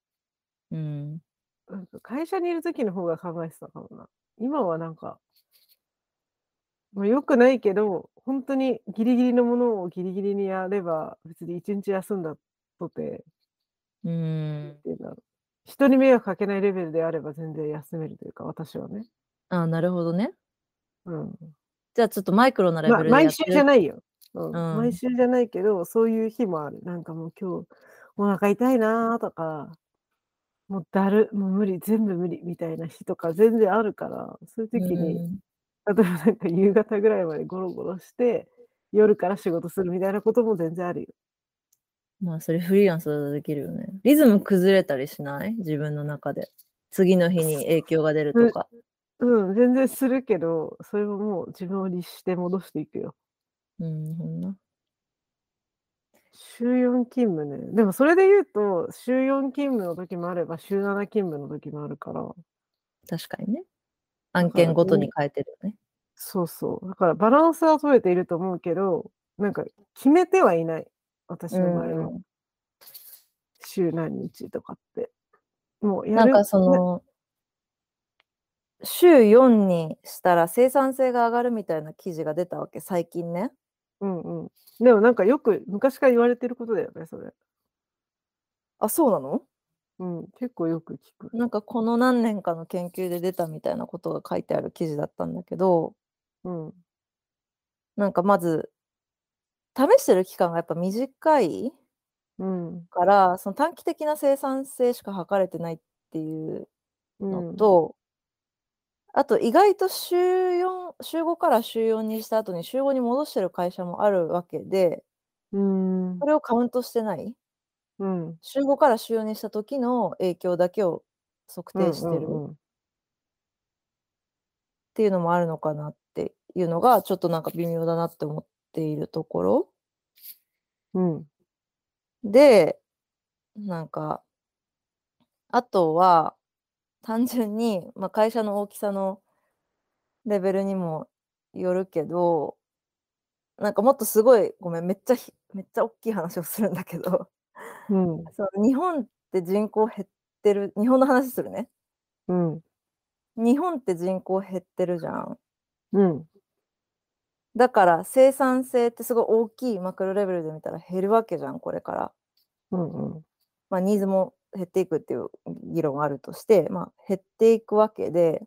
S1: うん。
S2: なんか会社にいる時の方が考えてたかもな。今はなんかま、良くないけど、ほんとにギリギリのものをギリギリにやれば、別に1日休んだとて
S1: うー
S2: なん
S1: ん。
S2: ていうんだろう、人に迷惑かけないレベルであれば全然休めるというか、私はね。
S1: ああ、なるほどね。
S2: うん。
S1: じゃあちょっとマイクロなレ
S2: ま、
S1: ベルで
S2: 毎
S1: やっ
S2: 週
S1: て
S2: じゃ
S1: る
S2: ないよ。う、
S1: うん
S2: 毎
S1: ん。
S2: 週じゃないけど、そういう日もある。なんかもう今日お腹痛いなとか、もうだる、もう無理、全部無理みたいな日とか全然あるから、そういう
S1: う
S2: 時
S1: ー
S2: に、
S1: ん。
S2: 例えばなんか夕方ぐらいまでゴロゴロして、夜から仕事するみたいなことも全然あるよ。
S1: まあ、それフリーランスだとできるよね。リズム崩れたりしない？自分の中で。次の日に影響が出ると
S2: う
S1: か。
S2: うん、全然するけど、それももう自分を律して戻していくよ。
S1: うん、ほんな。
S2: 週4勤務ね。でもそれで言うと、週4勤務の時もあれば、週7勤務の時もあるから。
S1: 確かにね。案件ごとに変えてるよね。
S2: そうそう。だからバランスは取れていると思うけど、なんか決めてはいない。私
S1: う
S2: の場合は。
S1: ん。
S2: 週何日とかって。もうや
S1: なん
S2: る、
S1: かそ
S2: ね。
S1: の週4にしたら生産性が上がるみたいな記事が出たわけ、最近ね。
S2: うんうん。でもなんかよく昔から言われてることだよね、それ。
S1: あ、そうなの？
S2: うん、結構よく聞く。
S1: なんかこの何年かの研究で出たみたいなことが書いてある記事だったんだけど。
S2: うん。
S1: なんかまず試してる期間がやっぱ短い
S2: うん。
S1: から、その短期的な生産性しか測れてないっていう
S2: う
S1: の
S2: ん。
S1: とあと意外と週4週5から週4にした後に週5に戻してる会社もあるわけで
S2: うー
S1: そ
S2: ん。
S1: れをカウントしてない。
S2: うん。
S1: 週5から週4にした時の影響だけを測定
S2: うん
S1: し
S2: う
S1: てる。
S2: んうん。
S1: っていうのもあるのかなっていうのが、ちょっとなんか微妙だなって思っているところ。
S2: うん。
S1: で、なんかあとは、単純に、ま、会社の大きさのレベルにもよるけどなんかもっとすごい、ごめん、めっちゃひめっちゃおっきい話をするんだけど、
S2: うん。
S1: そう、日本って人口減ってる日本の話するね。
S2: うん。
S1: 日本って人口減ってるじゃん。
S2: うん。
S1: だから生産性ってすごい大きいマクロレベルで見たら減るわけじゃん、これから。
S2: うんうん。
S1: ま、ニーズも減っていくっていう議論があるとして、ま、減っていくわけで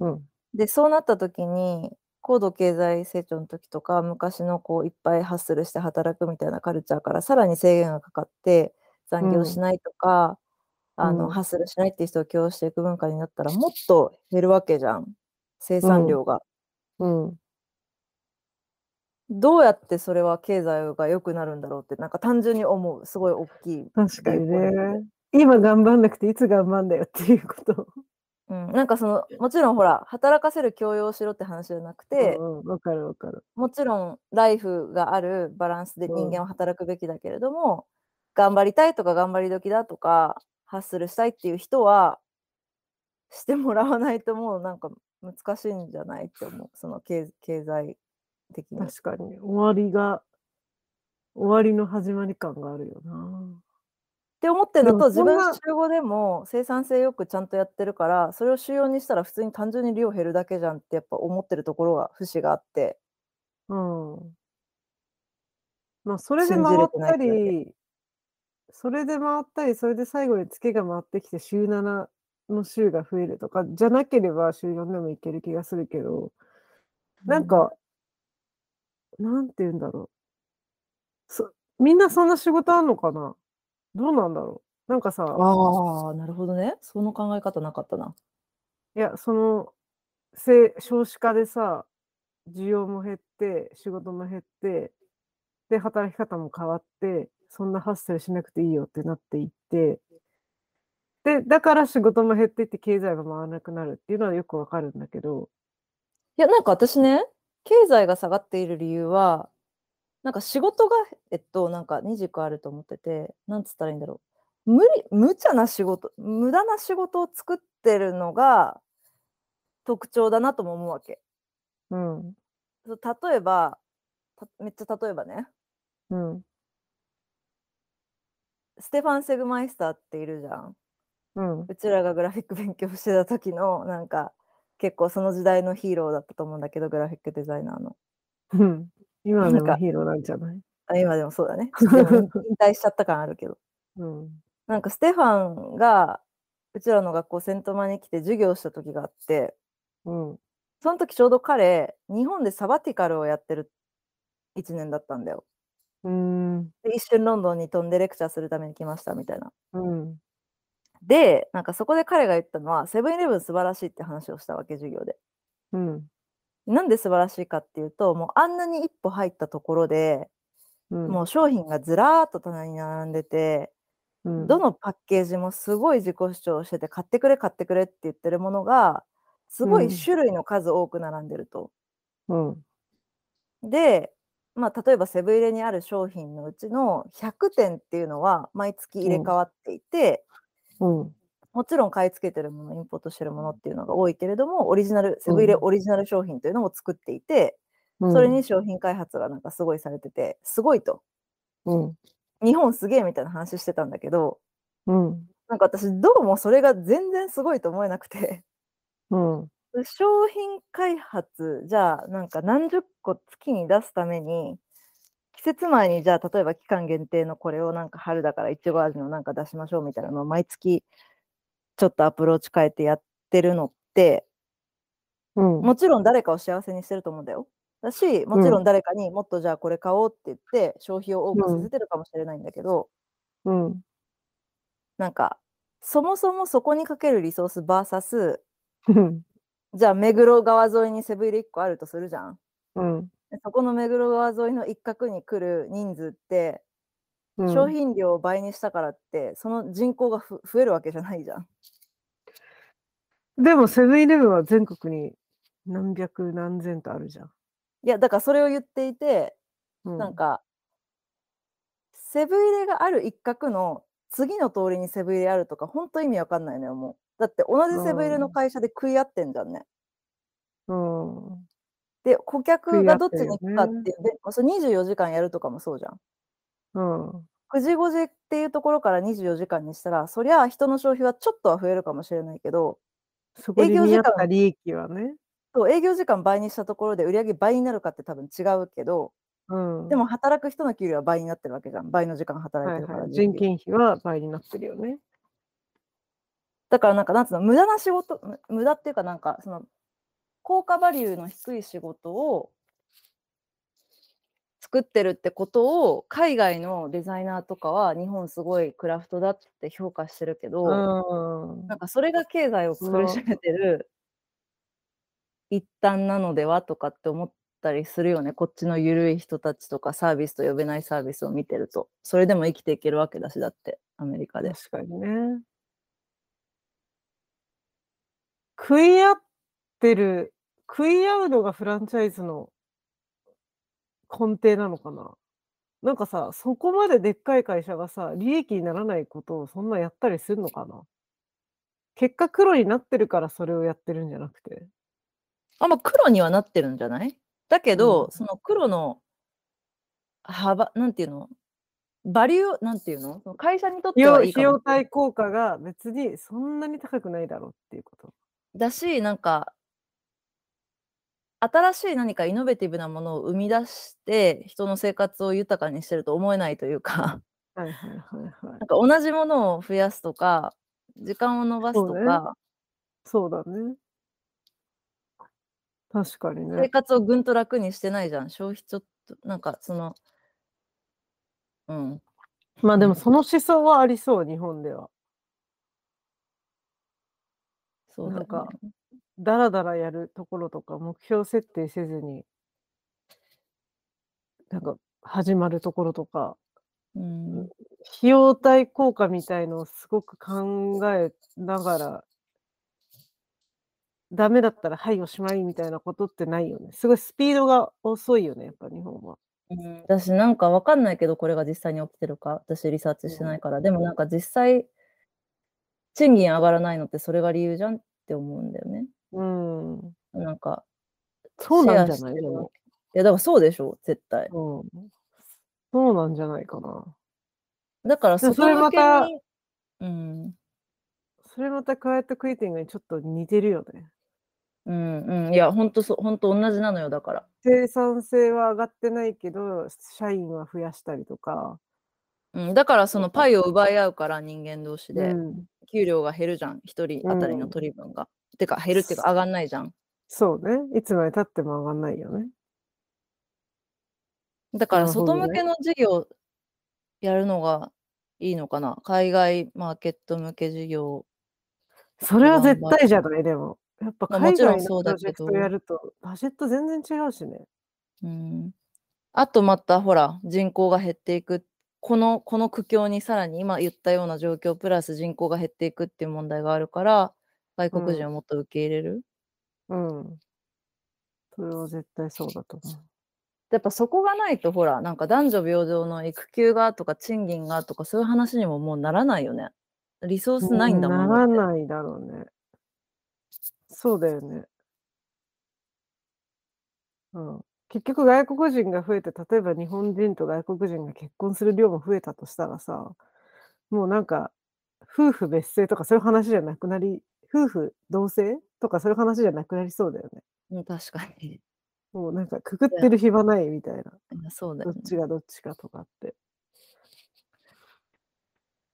S2: うん。
S1: で、そうなった時に、高度経済成長の時とか、昔のこういっぱいハッスルして働くみたいなカルチャーからさらに制限がかかって、
S2: う
S1: 残業し
S2: ん。
S1: ないとか、
S2: う
S1: あのハ
S2: ん。
S1: ッスルしないっていう人を許容していく文化になったらもっと減るわけじゃん、生
S2: う
S1: 産
S2: ん。
S1: 量が。
S2: うん。
S1: どうやってそれは経済が良くなるんだろうって、なんか単純に思う。すごいおっきい
S2: 確か
S1: 流
S2: に
S1: 行なので。
S2: ね。今頑張んなくていつ頑張んだよっていうことを。
S1: うん、なんかその、もちろんほら、働かせる強要をしろって話じゃなく
S2: う
S1: て
S2: んうん、わかるわかる。
S1: もちろんライフがあるバランスで
S2: う
S1: 人間
S2: ん。
S1: は働くべきだけれども、頑張りたいとか頑張り時だとか、ハッスルしたいっていう人はしてもらわないともうなんか難しいんじゃないって思う。そのけい経済的に。
S2: 確かに、終わりが終わりの始まり感があるよな。
S1: って思ってる
S2: で
S1: の
S2: も
S1: と、自
S2: そん
S1: 分
S2: な
S1: 週5でも生産性よくちゃんとやってるから、それを週4にしたら普通に単純に量減るだけじゃんってやっぱ思ってるところが節があって。
S2: うん。ま、それで
S1: 信
S2: 回
S1: じれ
S2: って
S1: ないったてだけ。
S2: りそれで回ったり、それで最後にツケが回ってきて週7の週が増えるとかじゃなければ週4でもいける気がするけど、
S1: う
S2: なん
S1: ん。
S2: かなんて言うんだろう。そみんなそんな仕事あんのかな？どうなんだろう。なんかさ
S1: ああ、なるほどね。その考え方なかったな。
S2: いや、その、せ少子化でさ、需要も減って、仕事も減って、で、働き方も変わって、そんなハッスルしなくていいよってなっていって。で、だから仕事も減っていって経済が回らなくなるっていうのはよくわかるんだけど。
S1: いや、なんか私ね、経済が下がっている理由は、なんか仕事が、えっと、なんか2軸あると思ってて、なんつったらいいんだろう。無理無茶な仕事無駄な仕事を作ってるのが特徴だなとも思うわけ。
S2: うん。
S1: そう、例えば、ためっちゃ例えばね。
S2: うん。
S1: ステファン・セグマイスターっているじゃん。
S2: うん。
S1: うちらがグラフィック勉強してた時の、なんか、結構その時代のヒーローだったと思うんだけど、グラフィックデザイナーの。
S2: うん。 今
S1: な
S2: で
S1: ん
S2: も
S1: か
S2: ヒーローなんじゃない？
S1: あ、今でもそうだね。ちょっとでも引退しちゃった感あるけど。
S2: うん。
S1: なんかステファンが、うちらの学校セントマに来て授業した時があって
S2: うん。
S1: そん時ちょうど彼、日本でサバティカルをやってる1年だったんだよ。
S2: うーん。
S1: で、一瞬ロンドンに飛んでレクチャーするために来ましたみたいな。
S2: うん。
S1: で、なんかそこで彼が言ったのは、セブンイレブン素晴らしいって話をしたわけ、授業で。
S2: うん。
S1: なんで素晴らしいかっていうと、もうあんなに一歩入ったところで、
S2: う
S1: も
S2: ん。
S1: う商品がずらっと棚に並んでて、
S2: う
S1: ど
S2: ん。
S1: のパッケージもすごい自己主張してて、買ってくれ買ってくれって言ってるものが、す
S2: う
S1: ごい
S2: ん。
S1: 種類の数多く並んでると。
S2: うん。
S1: でまあ、例えばセブン入れにある商品のうちの100点っていうのは毎月入れ替わっていて、
S2: うん。
S1: もちろん買い付けてるものインポートしてるものっていうのが多いけれどもオリジナルセブン入れ
S2: うん
S1: オリジナル商品というのも作っていて、
S2: うん
S1: それに、商品開発がなんかすごいされててすごいと
S2: うん。
S1: 日本すげえみたいな話してたんだけど
S2: うん。
S1: なんか私どうもそれが全然すごいと思えなくて
S2: うん。
S1: 商品開発じゃあなんか何十個月に出すために季節前にじゃあ例えば期間限定のこれをなんか春だからいちご味のなんか出しましょうみたいなのを毎月ちょっとアプローチ変えてやってるのって
S2: うん。
S1: もちろん誰かを幸せにしてると思うんだよ。だしもちろん誰かにもっとじゃあこれ買おうって言って消費を多くさせてるかもしれないんだけど、
S2: うん。
S1: なんかそもそもそこにかけるリソース VS
S2: うん。
S1: じゃあ目黒川沿いにセブン入れ1個あるとするじゃん。
S2: うん。
S1: でそこの目黒川沿いの一角に来る人数って、
S2: うん
S1: 商品量を倍にしたからってその人口がふ増えるわけじゃないじゃん。
S2: でもセブンイレブンは全国に何百何千とあるじゃん。
S1: いやだからそれを言っていて、
S2: う
S1: なんかセブン入れがある一角の次の通りにセブン入れあるとか本当意味わかんないのよもう。だって同じセブン入れ
S2: う
S1: の
S2: ん
S1: 会社で食い合ってんじゃんね。
S2: うん。
S1: で顧客
S2: 食い合
S1: が
S2: っ
S1: どってち
S2: る
S1: に
S2: よ
S1: 行くかっていう、
S2: ね
S1: でそれ24時間やるとかもそうじゃん。
S2: うん。
S1: 9時5時っていうところから24時間にしたらそりゃあ人の消費はちょっとは増えるかもしれないけど
S2: そこ
S1: 営
S2: で
S1: 業時
S2: 見合っ
S1: 間
S2: た利益はね。
S1: そう営業時間倍にしたところで売り上げ倍になるかって多分違うけど
S2: うん。
S1: でも働く人の給料は倍になってるわけじゃん倍の時間働いて
S2: はい
S1: るから、
S2: はい、
S1: 時給
S2: 人件費は倍になってるよね。
S1: だからなんかなんつうの無駄な仕事む無駄っていうかなんかその効果バリューの低い仕事を作ってるってことを海外のデザイナーとかは日本すごいクラフトだって評価してるけど、
S2: うん
S1: なんかそれが経済を
S2: そう
S1: 苦しめてる一端なのではとかって思ったりするよねこっちの緩い人たちとかサービスと呼べないサービスを見てるとそれでも生きていけるわけだしだってアメリカで
S2: 確かにね。食い合ってる、食い合うのがフランチャイズの根底なのかな。なんかさ、そこまででっかい会社がさ、利益にならないことをそんなやったりするのかな。結果黒になってるからそれをやってるんじゃなくて。
S1: あまあ黒にはなってるんじゃないだけど、
S2: うん
S1: その黒の幅なんていうのバリューなんていうのその会社にとってはいいか
S2: 費
S1: も
S2: 用対効果が別にそんなに高くないだろうっていうこと。
S1: だしなんか新しい何かイノベティブなものを生み出して人の生活を豊かにしてると思えないというか
S2: はいはいはいはい
S1: な。んか同じものを増やすとか時間を延ばすと
S2: そう
S1: か、
S2: ねそうだね。確かに
S1: 生
S2: ね。
S1: 活をぐんと楽にしてないじゃん消費ちょっとなんかそのうん
S2: まあでもその思想はありそう、日本では。
S1: そうだ、ね、
S2: なんかだらだらやるところとか、目標設定せずに、なんか始まるところとか、
S1: うん、
S2: 費用対効果みたいのをすごく考えながら、ダメだったら、はい、おしまいみたいなことってないよね。すごいスピードが遅いよね、やっぱ日本は。
S1: うんだしなんかわかんないけどこれが実際に起きてるか私リサーチしてないから、でもなんか実際賃金上がらないのってそれが理由じゃんって思うんだよね
S2: うん。
S1: なんか
S2: そうなんじゃ
S1: シェアし
S2: ない
S1: て
S2: で
S1: る
S2: も
S1: わけいやだからそうでしょ絶対
S2: うん。そうなんじゃないかな。
S1: だから
S2: でも
S1: 外
S2: それ
S1: 向
S2: ま
S1: け
S2: た
S1: にうん
S2: それまたクワイエットクイーティングにちょっと似てるよね。
S1: うんうんいやほんとそうほんと同じなのよだから
S2: 生産性は上がってないけど、社員は増やしたりとか。
S1: うん、だからそ
S2: そう
S1: の
S2: そう
S1: パイを奪い合うから人間同士で、
S2: うん、
S1: 給料が減るじゃん一人当たりの
S2: うん
S1: 取り分が、てか減るっていうか上がんないじゃん
S2: そうね。いつまでたっても上がんないよね。
S1: だから
S2: なるほど
S1: 外向
S2: ね
S1: けの事業やるのがいいのかな海外マーケット向け事業。
S2: それは
S1: 頑張
S2: 絶対じゃない、でも。やっぱ
S1: まあも
S2: 海
S1: ちろん
S2: 外
S1: そ
S2: の
S1: う
S2: プ
S1: だ
S2: ロジ
S1: け
S2: ェ
S1: ど
S2: クトやると、バジェット全然違うしね。
S1: うん、あとまたほら人口が減っていくこのこの苦境にさらに今言ったような状況プラス人口が減っていくっていう問題があるから外国人をもっと受け入れる。
S2: うん。それは絶対そうだと思
S1: やっぱそこがないとほらなんか男女平等の育休がとか賃金がとかそういう話にももうならないよね。リソースないんだもん。
S2: なら
S1: い。
S2: ないだろうね。そうだよね。うん。結局外国人が増えて、例えば日本人と外国人が結婚する量も増えたとしたらさ、もうなんか、夫婦別姓とかそういう話じゃなくなり、夫婦同姓とかそういう話じゃなくなりそうだよね。
S1: うん確かに。
S2: もうなんかくくっ
S1: い
S2: て
S1: や
S2: る暇ないみたいな。
S1: いやそうだ
S2: ど
S1: よ
S2: っ
S1: ね。
S2: ちがどっちかとかって。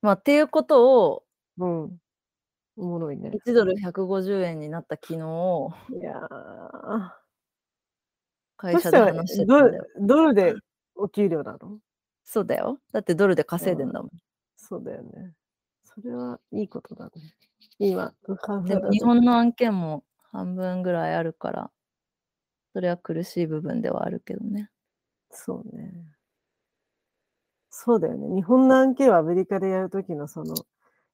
S1: まあ、っていうことを
S2: うん。おもろいね。
S1: 1ドル150円になった昨日
S2: いやー。
S1: 会
S2: そし
S1: 社で
S2: たら
S1: 話してた
S2: ド
S1: ん
S2: ル、
S1: だよ。
S2: ドルでお給料なの
S1: そうだよ。だってドルで稼いで
S2: うんん。
S1: だもん。
S2: そうだよね。それはいいことだね。今、浮かん
S1: で
S2: だ
S1: も
S2: だ
S1: 日
S2: と。
S1: 本の案件も半分ぐらいあるから、それは苦しい部分ではあるけどね。
S2: そうね。そうだよね。日本の案件はアメリカでやるときのその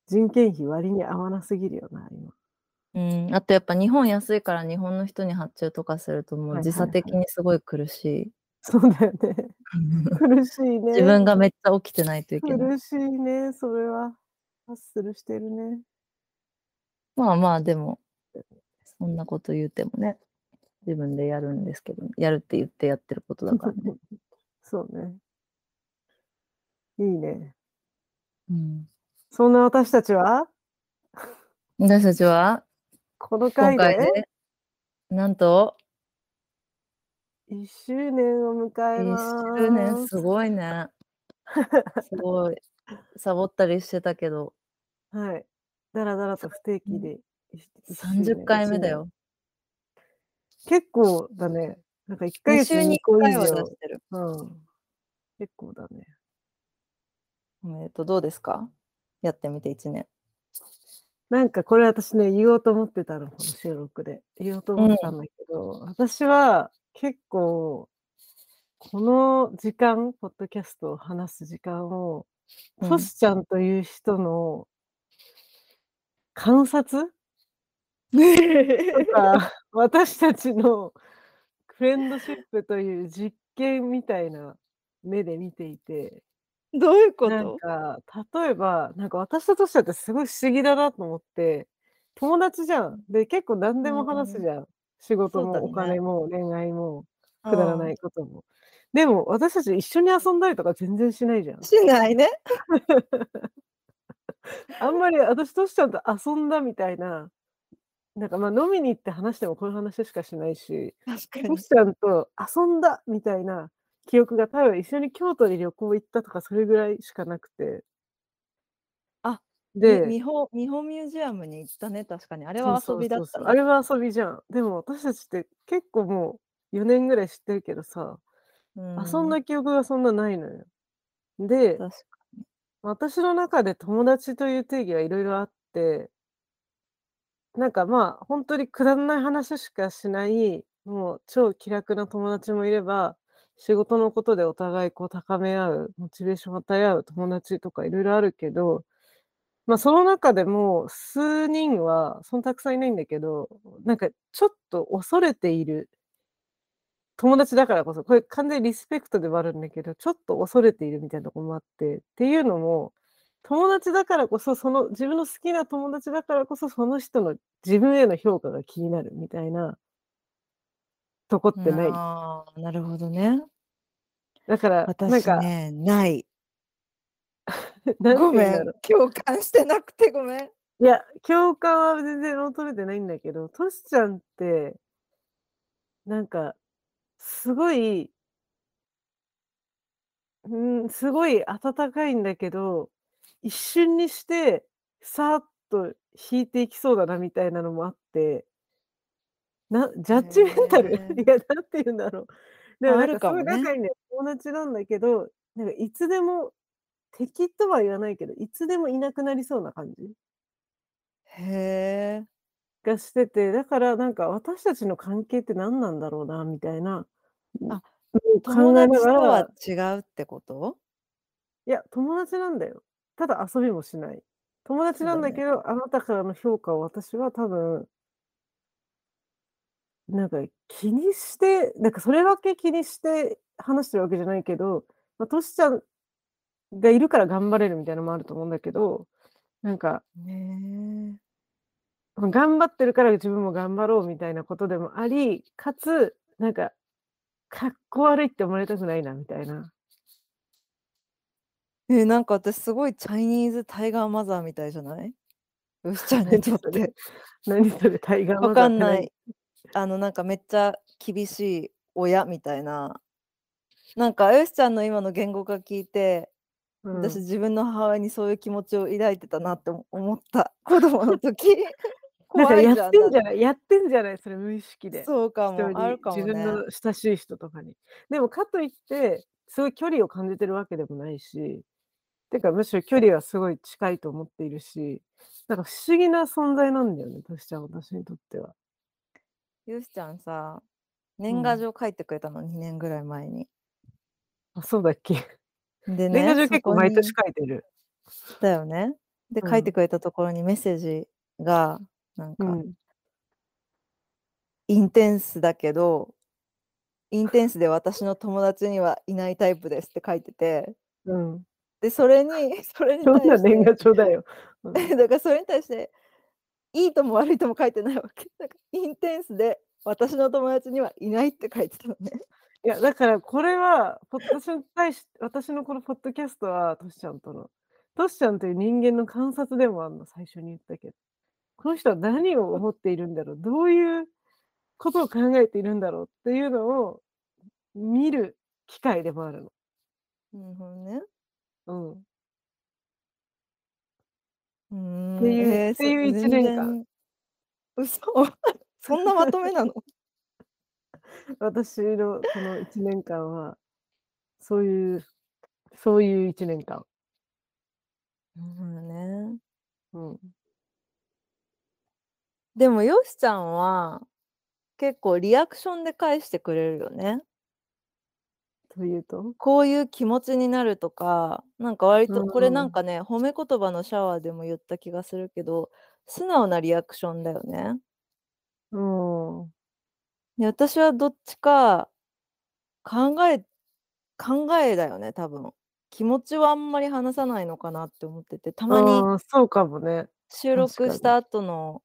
S2: 人件費割に合わなすぎるよな、今。
S1: うん、あとやっぱ日本安いから日本の人に発注とかするともう
S2: はい
S1: 時
S2: は
S1: 差
S2: いは
S1: 的
S2: い。
S1: にすごい苦しい。
S2: そうだよ ね。苦しい
S1: 自
S2: ね。
S1: 分がめっちゃ起きてないといけない。
S2: 苦しいね、それは。ハッスルしてるね。
S1: まあまあでも、そんなこと言うてもね、自分でやるんですけど、やるって言ってやってることだからね。
S2: そうね。いいね。
S1: うん、
S2: そんな私たちは、
S1: 私たちは
S2: この
S1: 今
S2: 回で
S1: 回で、なんと
S2: 1周年を迎え
S1: 1周年
S2: ますす。
S1: ごいね。すごい。サボったりしてたけど、
S2: はい。だらだらと
S1: さ
S2: 不定
S1: う
S2: 期
S1: ん
S2: で1周
S1: 30
S2: 年、
S1: 回
S2: 1
S1: 目だ
S2: 年。
S1: よ。
S2: 結構だね。なんか1ヶ
S1: 2
S2: 月
S1: 週
S2: 2
S1: に1
S2: 個以
S1: 回は出
S2: 上。
S1: してる。
S2: うん。結構だね。
S1: えっと、どうですかやってみて1年。
S2: なんかこれ私ね、言おうと思ってたの、この収録で。言おうと
S1: う
S2: 思ってた
S1: ん。
S2: んだけど、私は結構、この時間、ポッドキャストを話す時間を、
S1: う
S2: ト
S1: ん。
S2: シちゃんという人の観察とか、 私たちのフレンドシップという実験みたいな目で見ていて、
S1: どういうこ
S2: なん
S1: と
S2: か、例えば、なんか私とトシちゃんってすごい不思議だなと思って、友達じゃん。で、結構何
S1: う
S2: でも話す
S1: ん、
S2: じゃん。仕事
S1: そうだ
S2: もお
S1: ね。
S2: 金も恋愛も
S1: う。
S2: くだらなんいことも。でも、私たち一緒に遊んだりとか全然しないじゃん。
S1: しないね。
S2: あんまり私としちゃんと遊んだみたいな、なんかまあ飲みに行って話してもこの話しかしないし、
S1: 確か
S2: と
S1: に。
S2: しちゃんと遊んだみたいな記憶が多分一緒に京都に旅行行ったとかそれぐらいしかなくて。
S1: あ、み、
S2: で、
S1: 日本、日本ミュージアムに行ったね。確かに。あれ
S2: そう
S1: は遊
S2: そう
S1: びだ
S2: そ
S1: っ
S2: う
S1: た
S2: そう。あ
S1: ね。
S2: れは遊びじゃん。でも私たちって結構もう4年ぐらい知ってるけどさ、
S1: う
S2: 遊ん
S1: ん。
S2: だ記憶がそんなないのよ。で、
S1: 確かに。
S2: 私の中で友達という定義はいろいろあって、なんかまあ本当にくだらない話しかしないもう超気楽な友達もいれば仕事のことでお互いこう高め合うモチベーションを与え合う友達とかいろいろあるけど、まあ、その中でも数人はそんなたくさんいないんだけどなんかちょっと恐れている友達だからこそこれ完全にリスペクトではあるんだけどちょっと恐れているみたいなとこもあってっていうのも友達だからこそその自分の好きな友達だからこそその人の自分への評価が気になるみたいなとこってない
S1: ああ、なるほどね。
S2: だからなん
S1: 私
S2: か
S1: ね、ない。
S2: なんて
S1: ご
S2: 言うん
S1: め
S2: だ
S1: ん。
S2: ろ
S1: 共感してなくてごめん。
S2: ういや共感は全然求めてないんだけどトシちゃんってなんかすごいうん、すごい温かいんだけど、一瞬にしてさーっと引いていきそうだなみたいなのもあって、な、ジャッジメンタル
S1: へ
S2: い
S1: え。
S2: や、なんて言うんだろう。でも
S1: あ、あ
S2: なん
S1: る
S2: か
S1: か
S2: すご
S1: も
S2: い
S1: ね。
S2: 仲いいね、友達なんだけど、なんかいつでも敵とは言わないけど、いつでもいなくなりそうな感じ
S1: へえ。
S2: がしてて、だからなんか私たちの関係って何なんだろうな、みたいな、うん
S1: あ、友
S2: 考えな
S1: 達
S2: が
S1: とは
S2: ら、
S1: 違うってこと
S2: いや、友達なんだよ。ただ遊びもしない。友達
S1: そう
S2: な
S1: だ
S2: んだけ
S1: ね。
S2: ど、あなたからの評価を私は多分なんか気にして、なんかそれだけ気にして話してるわけじゃないけど、ま、トシちゃんがいるから頑張れるみたいなのもあると思うんだけど、なんか
S1: ねえ。
S2: うん、頑張ってるから自分も頑張ろうみたいなことでもあり、かつ、なんか、かっこ悪いって思われたくないなみた いな。
S1: え、なんか私すごいチャイニーズタイガーマザーみたいじゃない？トシちゃんに
S2: 何
S1: とっ
S2: それ。
S1: て。
S2: 何それ、タイガー
S1: わ
S2: マザ
S1: か
S2: ーっ
S1: ん
S2: て
S1: な
S2: 何？
S1: い。あの、なんかめっちゃ厳しい親みたいな。なんかよしちゃんの今の言語化聞いて、
S2: う
S1: 私
S2: ん。
S1: 自分の母親にそういう気持ちを抱いてたなってお思った。子供の時。
S2: なんか
S1: 怖い
S2: やっ
S1: じゃん
S2: て
S1: だ
S2: ん
S1: っ
S2: じゃ
S1: て。
S2: ないやってんじゃない、それ無意識で。
S1: そうか
S2: 人
S1: も、ある
S2: に、
S1: か
S2: 自
S1: も
S2: 分
S1: ね。
S2: の親しい人とかに。でもかといって、すごい距離を感じてるわけでもないし、てかむしろ距離はすごい近いと思っているし、なんか不思議な存在なんだよね、トシちゃん、私にとっては。
S1: よしちゃんさ、
S2: う
S1: 年賀
S2: ん。
S1: 状書いてくれたの、2年ぐらい前に。
S2: あ、そうだっけ。
S1: で
S2: 年
S1: ね、
S2: 賀状
S1: そ
S2: 結構
S1: こ
S2: 毎年
S1: に
S2: 書いてる。
S1: だよね。で、
S2: う
S1: 書いて
S2: ん。
S1: くれたところにメッセージが、なん
S2: う
S1: か
S2: ん。
S1: インテンスだけど、インテンスで私の友達にはいないタイプですって書いてて。
S2: うん。
S1: で、それにそれに
S2: どん
S1: 対
S2: な
S1: し
S2: 年
S1: て
S2: 賀状だよ。う ん。
S1: だからそれに対して、いいとも悪いとも書いてないわけ。なんかインテンスで、私の友達にはいないって書いてたのね。
S2: いや、だからこれは、ポ私に対し 私のこのポッドキャストはトシちゃんとの、トシちゃんという人間の観察でもあんの、最初に言ったけど。この人は何を思っているんだろう、どういうことを考えているんだろうっていうのを見る機会でもあるの。
S1: なるほどね。
S2: うん。
S1: うー
S2: って
S1: ん、
S2: いう、っ
S1: ええ、
S2: て
S1: そ
S2: いういち
S1: 全
S2: ねんかん。
S1: 然嘘。 そんなまとめなの？
S2: 私のこの1年間は、そういう、そういう1年間。
S1: なるほどね。
S2: うん。
S1: でもよしちゃんは、結構リアクションで返してくれるよね。
S2: というと？
S1: こういう気持ちになるとか、なんか割
S2: う
S1: とこれなん
S2: ん。
S1: かね、褒め言葉のシャワーでも言った気がするけど、素直なリアクションだよね。
S2: うーん。
S1: で、私はどっちか、考え考えだよね、多分。気持ちはあんまり話さないのかなって思ってて、たまに
S2: ああ、そうかもね。
S1: 収
S2: 確
S1: 録
S2: か
S1: した
S2: に。
S1: 後の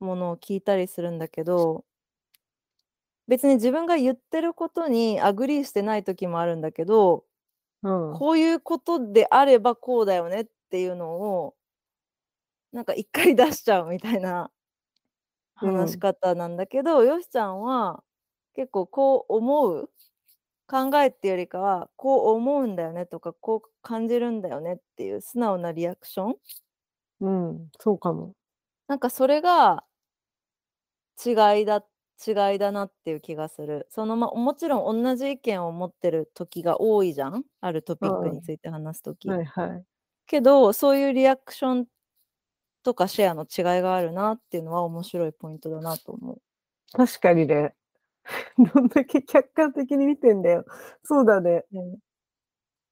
S1: ものを聞いたりするんだけど別に自分が言ってることにアグリーしてない時もあるんだけど、
S2: うん。
S1: こういうことであればこうだよねっていうのをなんか1回出しちゃうみたいな
S2: う
S1: 話し
S2: ん。
S1: 方なんだけど、よしちゃんは結構こう思う、考えっていうよりかは、こう思うんだよねとか、こう感じるんだよねっていう素直なリアクション？
S2: うん、そうかも。
S1: なんかそれが違いだ違いだなっていう気がする。その、ま、もちろんおんなじ意見を持ってる時が多いじゃん？あるト
S2: う
S1: ピックに
S2: ん。
S1: ついて話す時。
S2: はいはい。
S1: けど、そういうリアクションとかシェアの違いがあるなっていうのは面白いポイントだなと思う。
S2: 確かにね。 どんだけ客観的に見てんだよ。そうだね。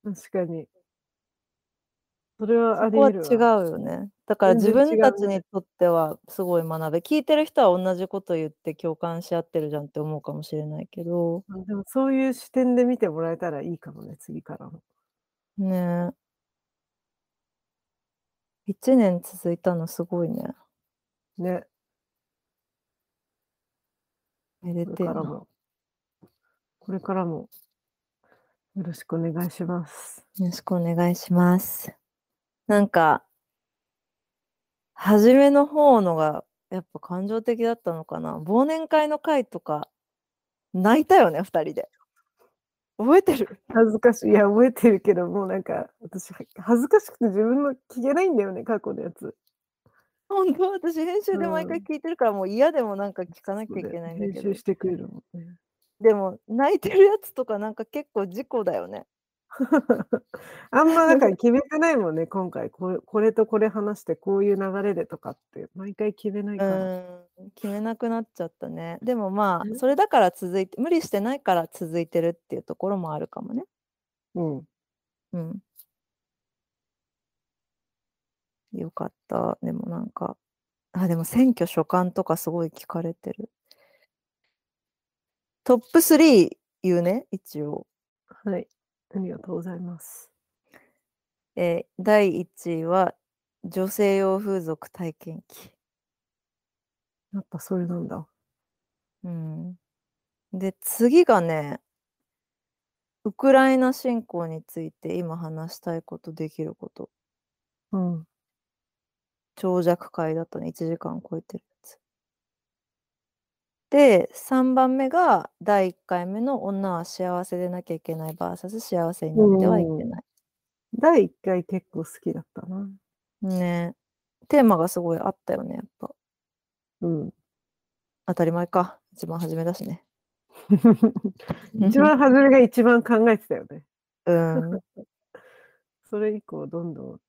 S1: うん。
S2: 確かに。それは
S1: そ
S2: あり
S1: こは
S2: 得
S1: 違
S2: る
S1: う
S2: わ。
S1: よね。だから
S2: 全
S1: 自
S2: 然
S1: 分
S2: 違
S1: たち
S2: う
S1: に
S2: ね。
S1: とってはすごい学べ聞いてる人はおんなじこと言って共感し合ってるじゃんって思うかもしれないけど。
S2: うん、でもそういう視点で見てもらえたらいいかもね、次からも。
S1: ねえ。1年続いたのすごいね。
S2: ね。
S1: めで
S2: これ
S1: てえ
S2: から
S1: な。
S2: も。これからも。よろしくお願いします。
S1: よろしくお願いします。なんか初めの方のがやっぱ感情的だったのかな。忘年会の会とか、泣いたよね、2人で。覚えてる？
S2: 恥ずかしい。いや、覚えてるけど、もうなんか、私、は恥ずかしくて自分の聞けないんだよね、過去のやつ。
S1: ほんと、私編
S2: う
S1: 集で毎回
S2: ん。
S1: 聞いてるから、もう嫌でもなんか聞かな
S2: そ
S1: きゃ
S2: う
S1: い
S2: だよ、
S1: けないんだ
S2: 編
S1: け
S2: 集
S1: ど。
S2: してくれるもんね。
S1: でも、泣いてるやつとかなんか結構事故だよね。
S2: あんまだから決めてないもんね、今回、これこれとこれ話してこういう流れでとかって毎回決めないうから。
S1: ーん、決めなくなっちゃったね。でもまあ、
S2: ね。
S1: それだから続いて無理してないから続いてるっていうところもあるかもね。
S2: うん。
S1: うん。よかった。でもなんか、あ、でも選挙所感とかすごい聞かれてる。トップ3言うね、一応。
S2: はい。ありがとうございます。
S1: えー第1位は、女性用風俗体験記。
S2: やっぱそれなんだ。
S1: うん。で、次がね、ウクライナ侵攻について今話したいこと、できること。
S2: うん。
S1: 長尺会だったね。1時間超えてるやつ。で、3番目が第1回目の女は幸せでなきゃいけない VS 幸せになってはいけない。
S2: 第1回結構好きだったな。
S1: ねテーマがすごいあったよね、やっぱ。
S2: うん。
S1: 当たり前か。一番初めだしね。
S2: 一番初めが一番考えてたよね。
S1: うん。
S2: それ以降、どんどん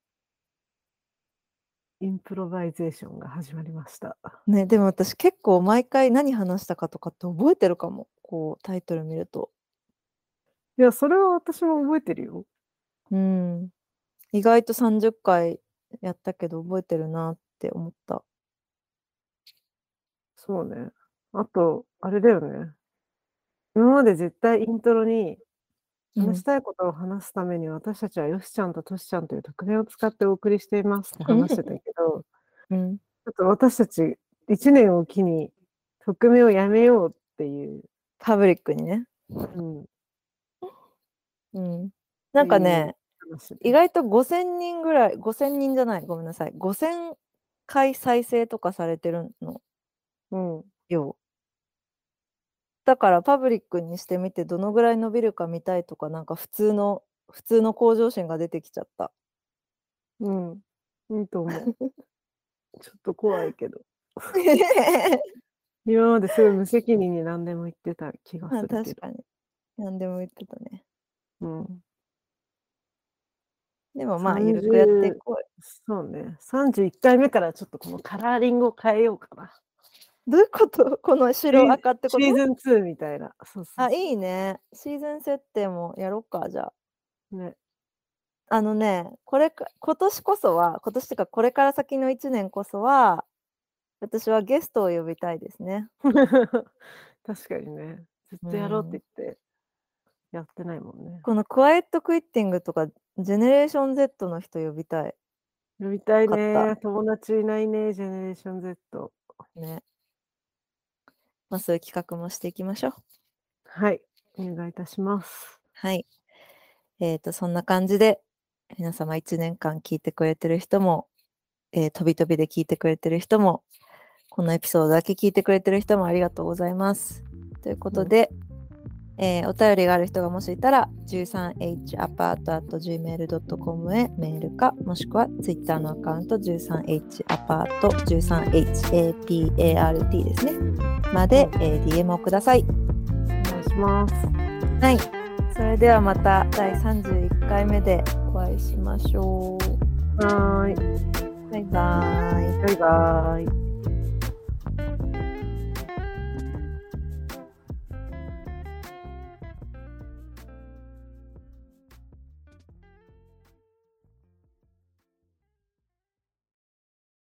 S2: インプロバイゼーションが始まりました。
S1: ね、でも私結構毎回何話したかとかって覚えてるかも。こう、タイトル見ると。
S2: いや、それは私も覚えてるよ。
S1: うん。意外と30回やったけど覚えてるなって思った。
S2: そうね。あと、あれだよね。今まで絶対イントロに
S1: うん
S2: 話したいことを話すために私たちはよしちゃんととしちゃんという特名を使ってお送りしていますって話してたけど、
S1: うん。
S2: ちょっと私たち1年を機に匿名をやめようっていう、
S1: パブリックにね。
S2: うん、
S1: うん。なんかね、
S2: 話で
S1: 意外と5000人ぐらい、5000人じゃない、ごめんなさい。5000回再生とかされてるの
S2: うん、
S1: よ。だからパブリックにしてみてどのぐらい伸びるか見たいとか、なんか普通の、普通の向上心が出てきちゃった。
S2: うん。いいと 思う。ちょっと怖いけど。 今まですごい無責任に何でも言ってた気が
S1: まあ
S2: するけ
S1: 確
S2: ど。
S1: かに。何でも言ってたね。
S2: うん、
S1: でもまあ、
S2: 30
S1: ゆるくやっていこう。
S2: そうね。31回目からちょっとこのカラーリングを変えようかな。
S1: どういうことこの白赤って
S2: シ
S1: こ
S2: ー
S1: と
S2: ズン2みたいな。そうそう
S1: あ、いいね。シーズン設定もやろうか、じゃあ。
S2: ね。
S1: あのね、これか、今年こそは、今年っていうか、これから先の1年こそは、私はゲストを呼びたいですね。
S2: 確かにね。ずっとやろうって言って、やってないもんね。
S1: このクワイエットクイッティングとか、ジェネレーション Z の人呼びたい。
S2: やりたい
S1: よかっ
S2: ね。友達いないね。ジェネレーション Z。
S1: ね。まあ、そういう企画もしていきましょう。
S2: はい。お願いいたします。
S1: はい。えっ、と、そんな感じで、皆様1年間聞いてくれてる人も、えー、飛び飛びで聞いてくれてる人も、このエピソードだけ聞いてくれてる人もありがとうございます。ということで、えーお便りがある人がもしいたら、13happart.gmail.com へメールか、もしくは Twitter のアカウント 13happart、13hapart ですね、まで、えー DM をください。
S2: お願いします。
S1: はい。それではまた第31回目でお会いしましょう。
S2: はーい。
S1: バイバーイ。
S2: バイバーイ。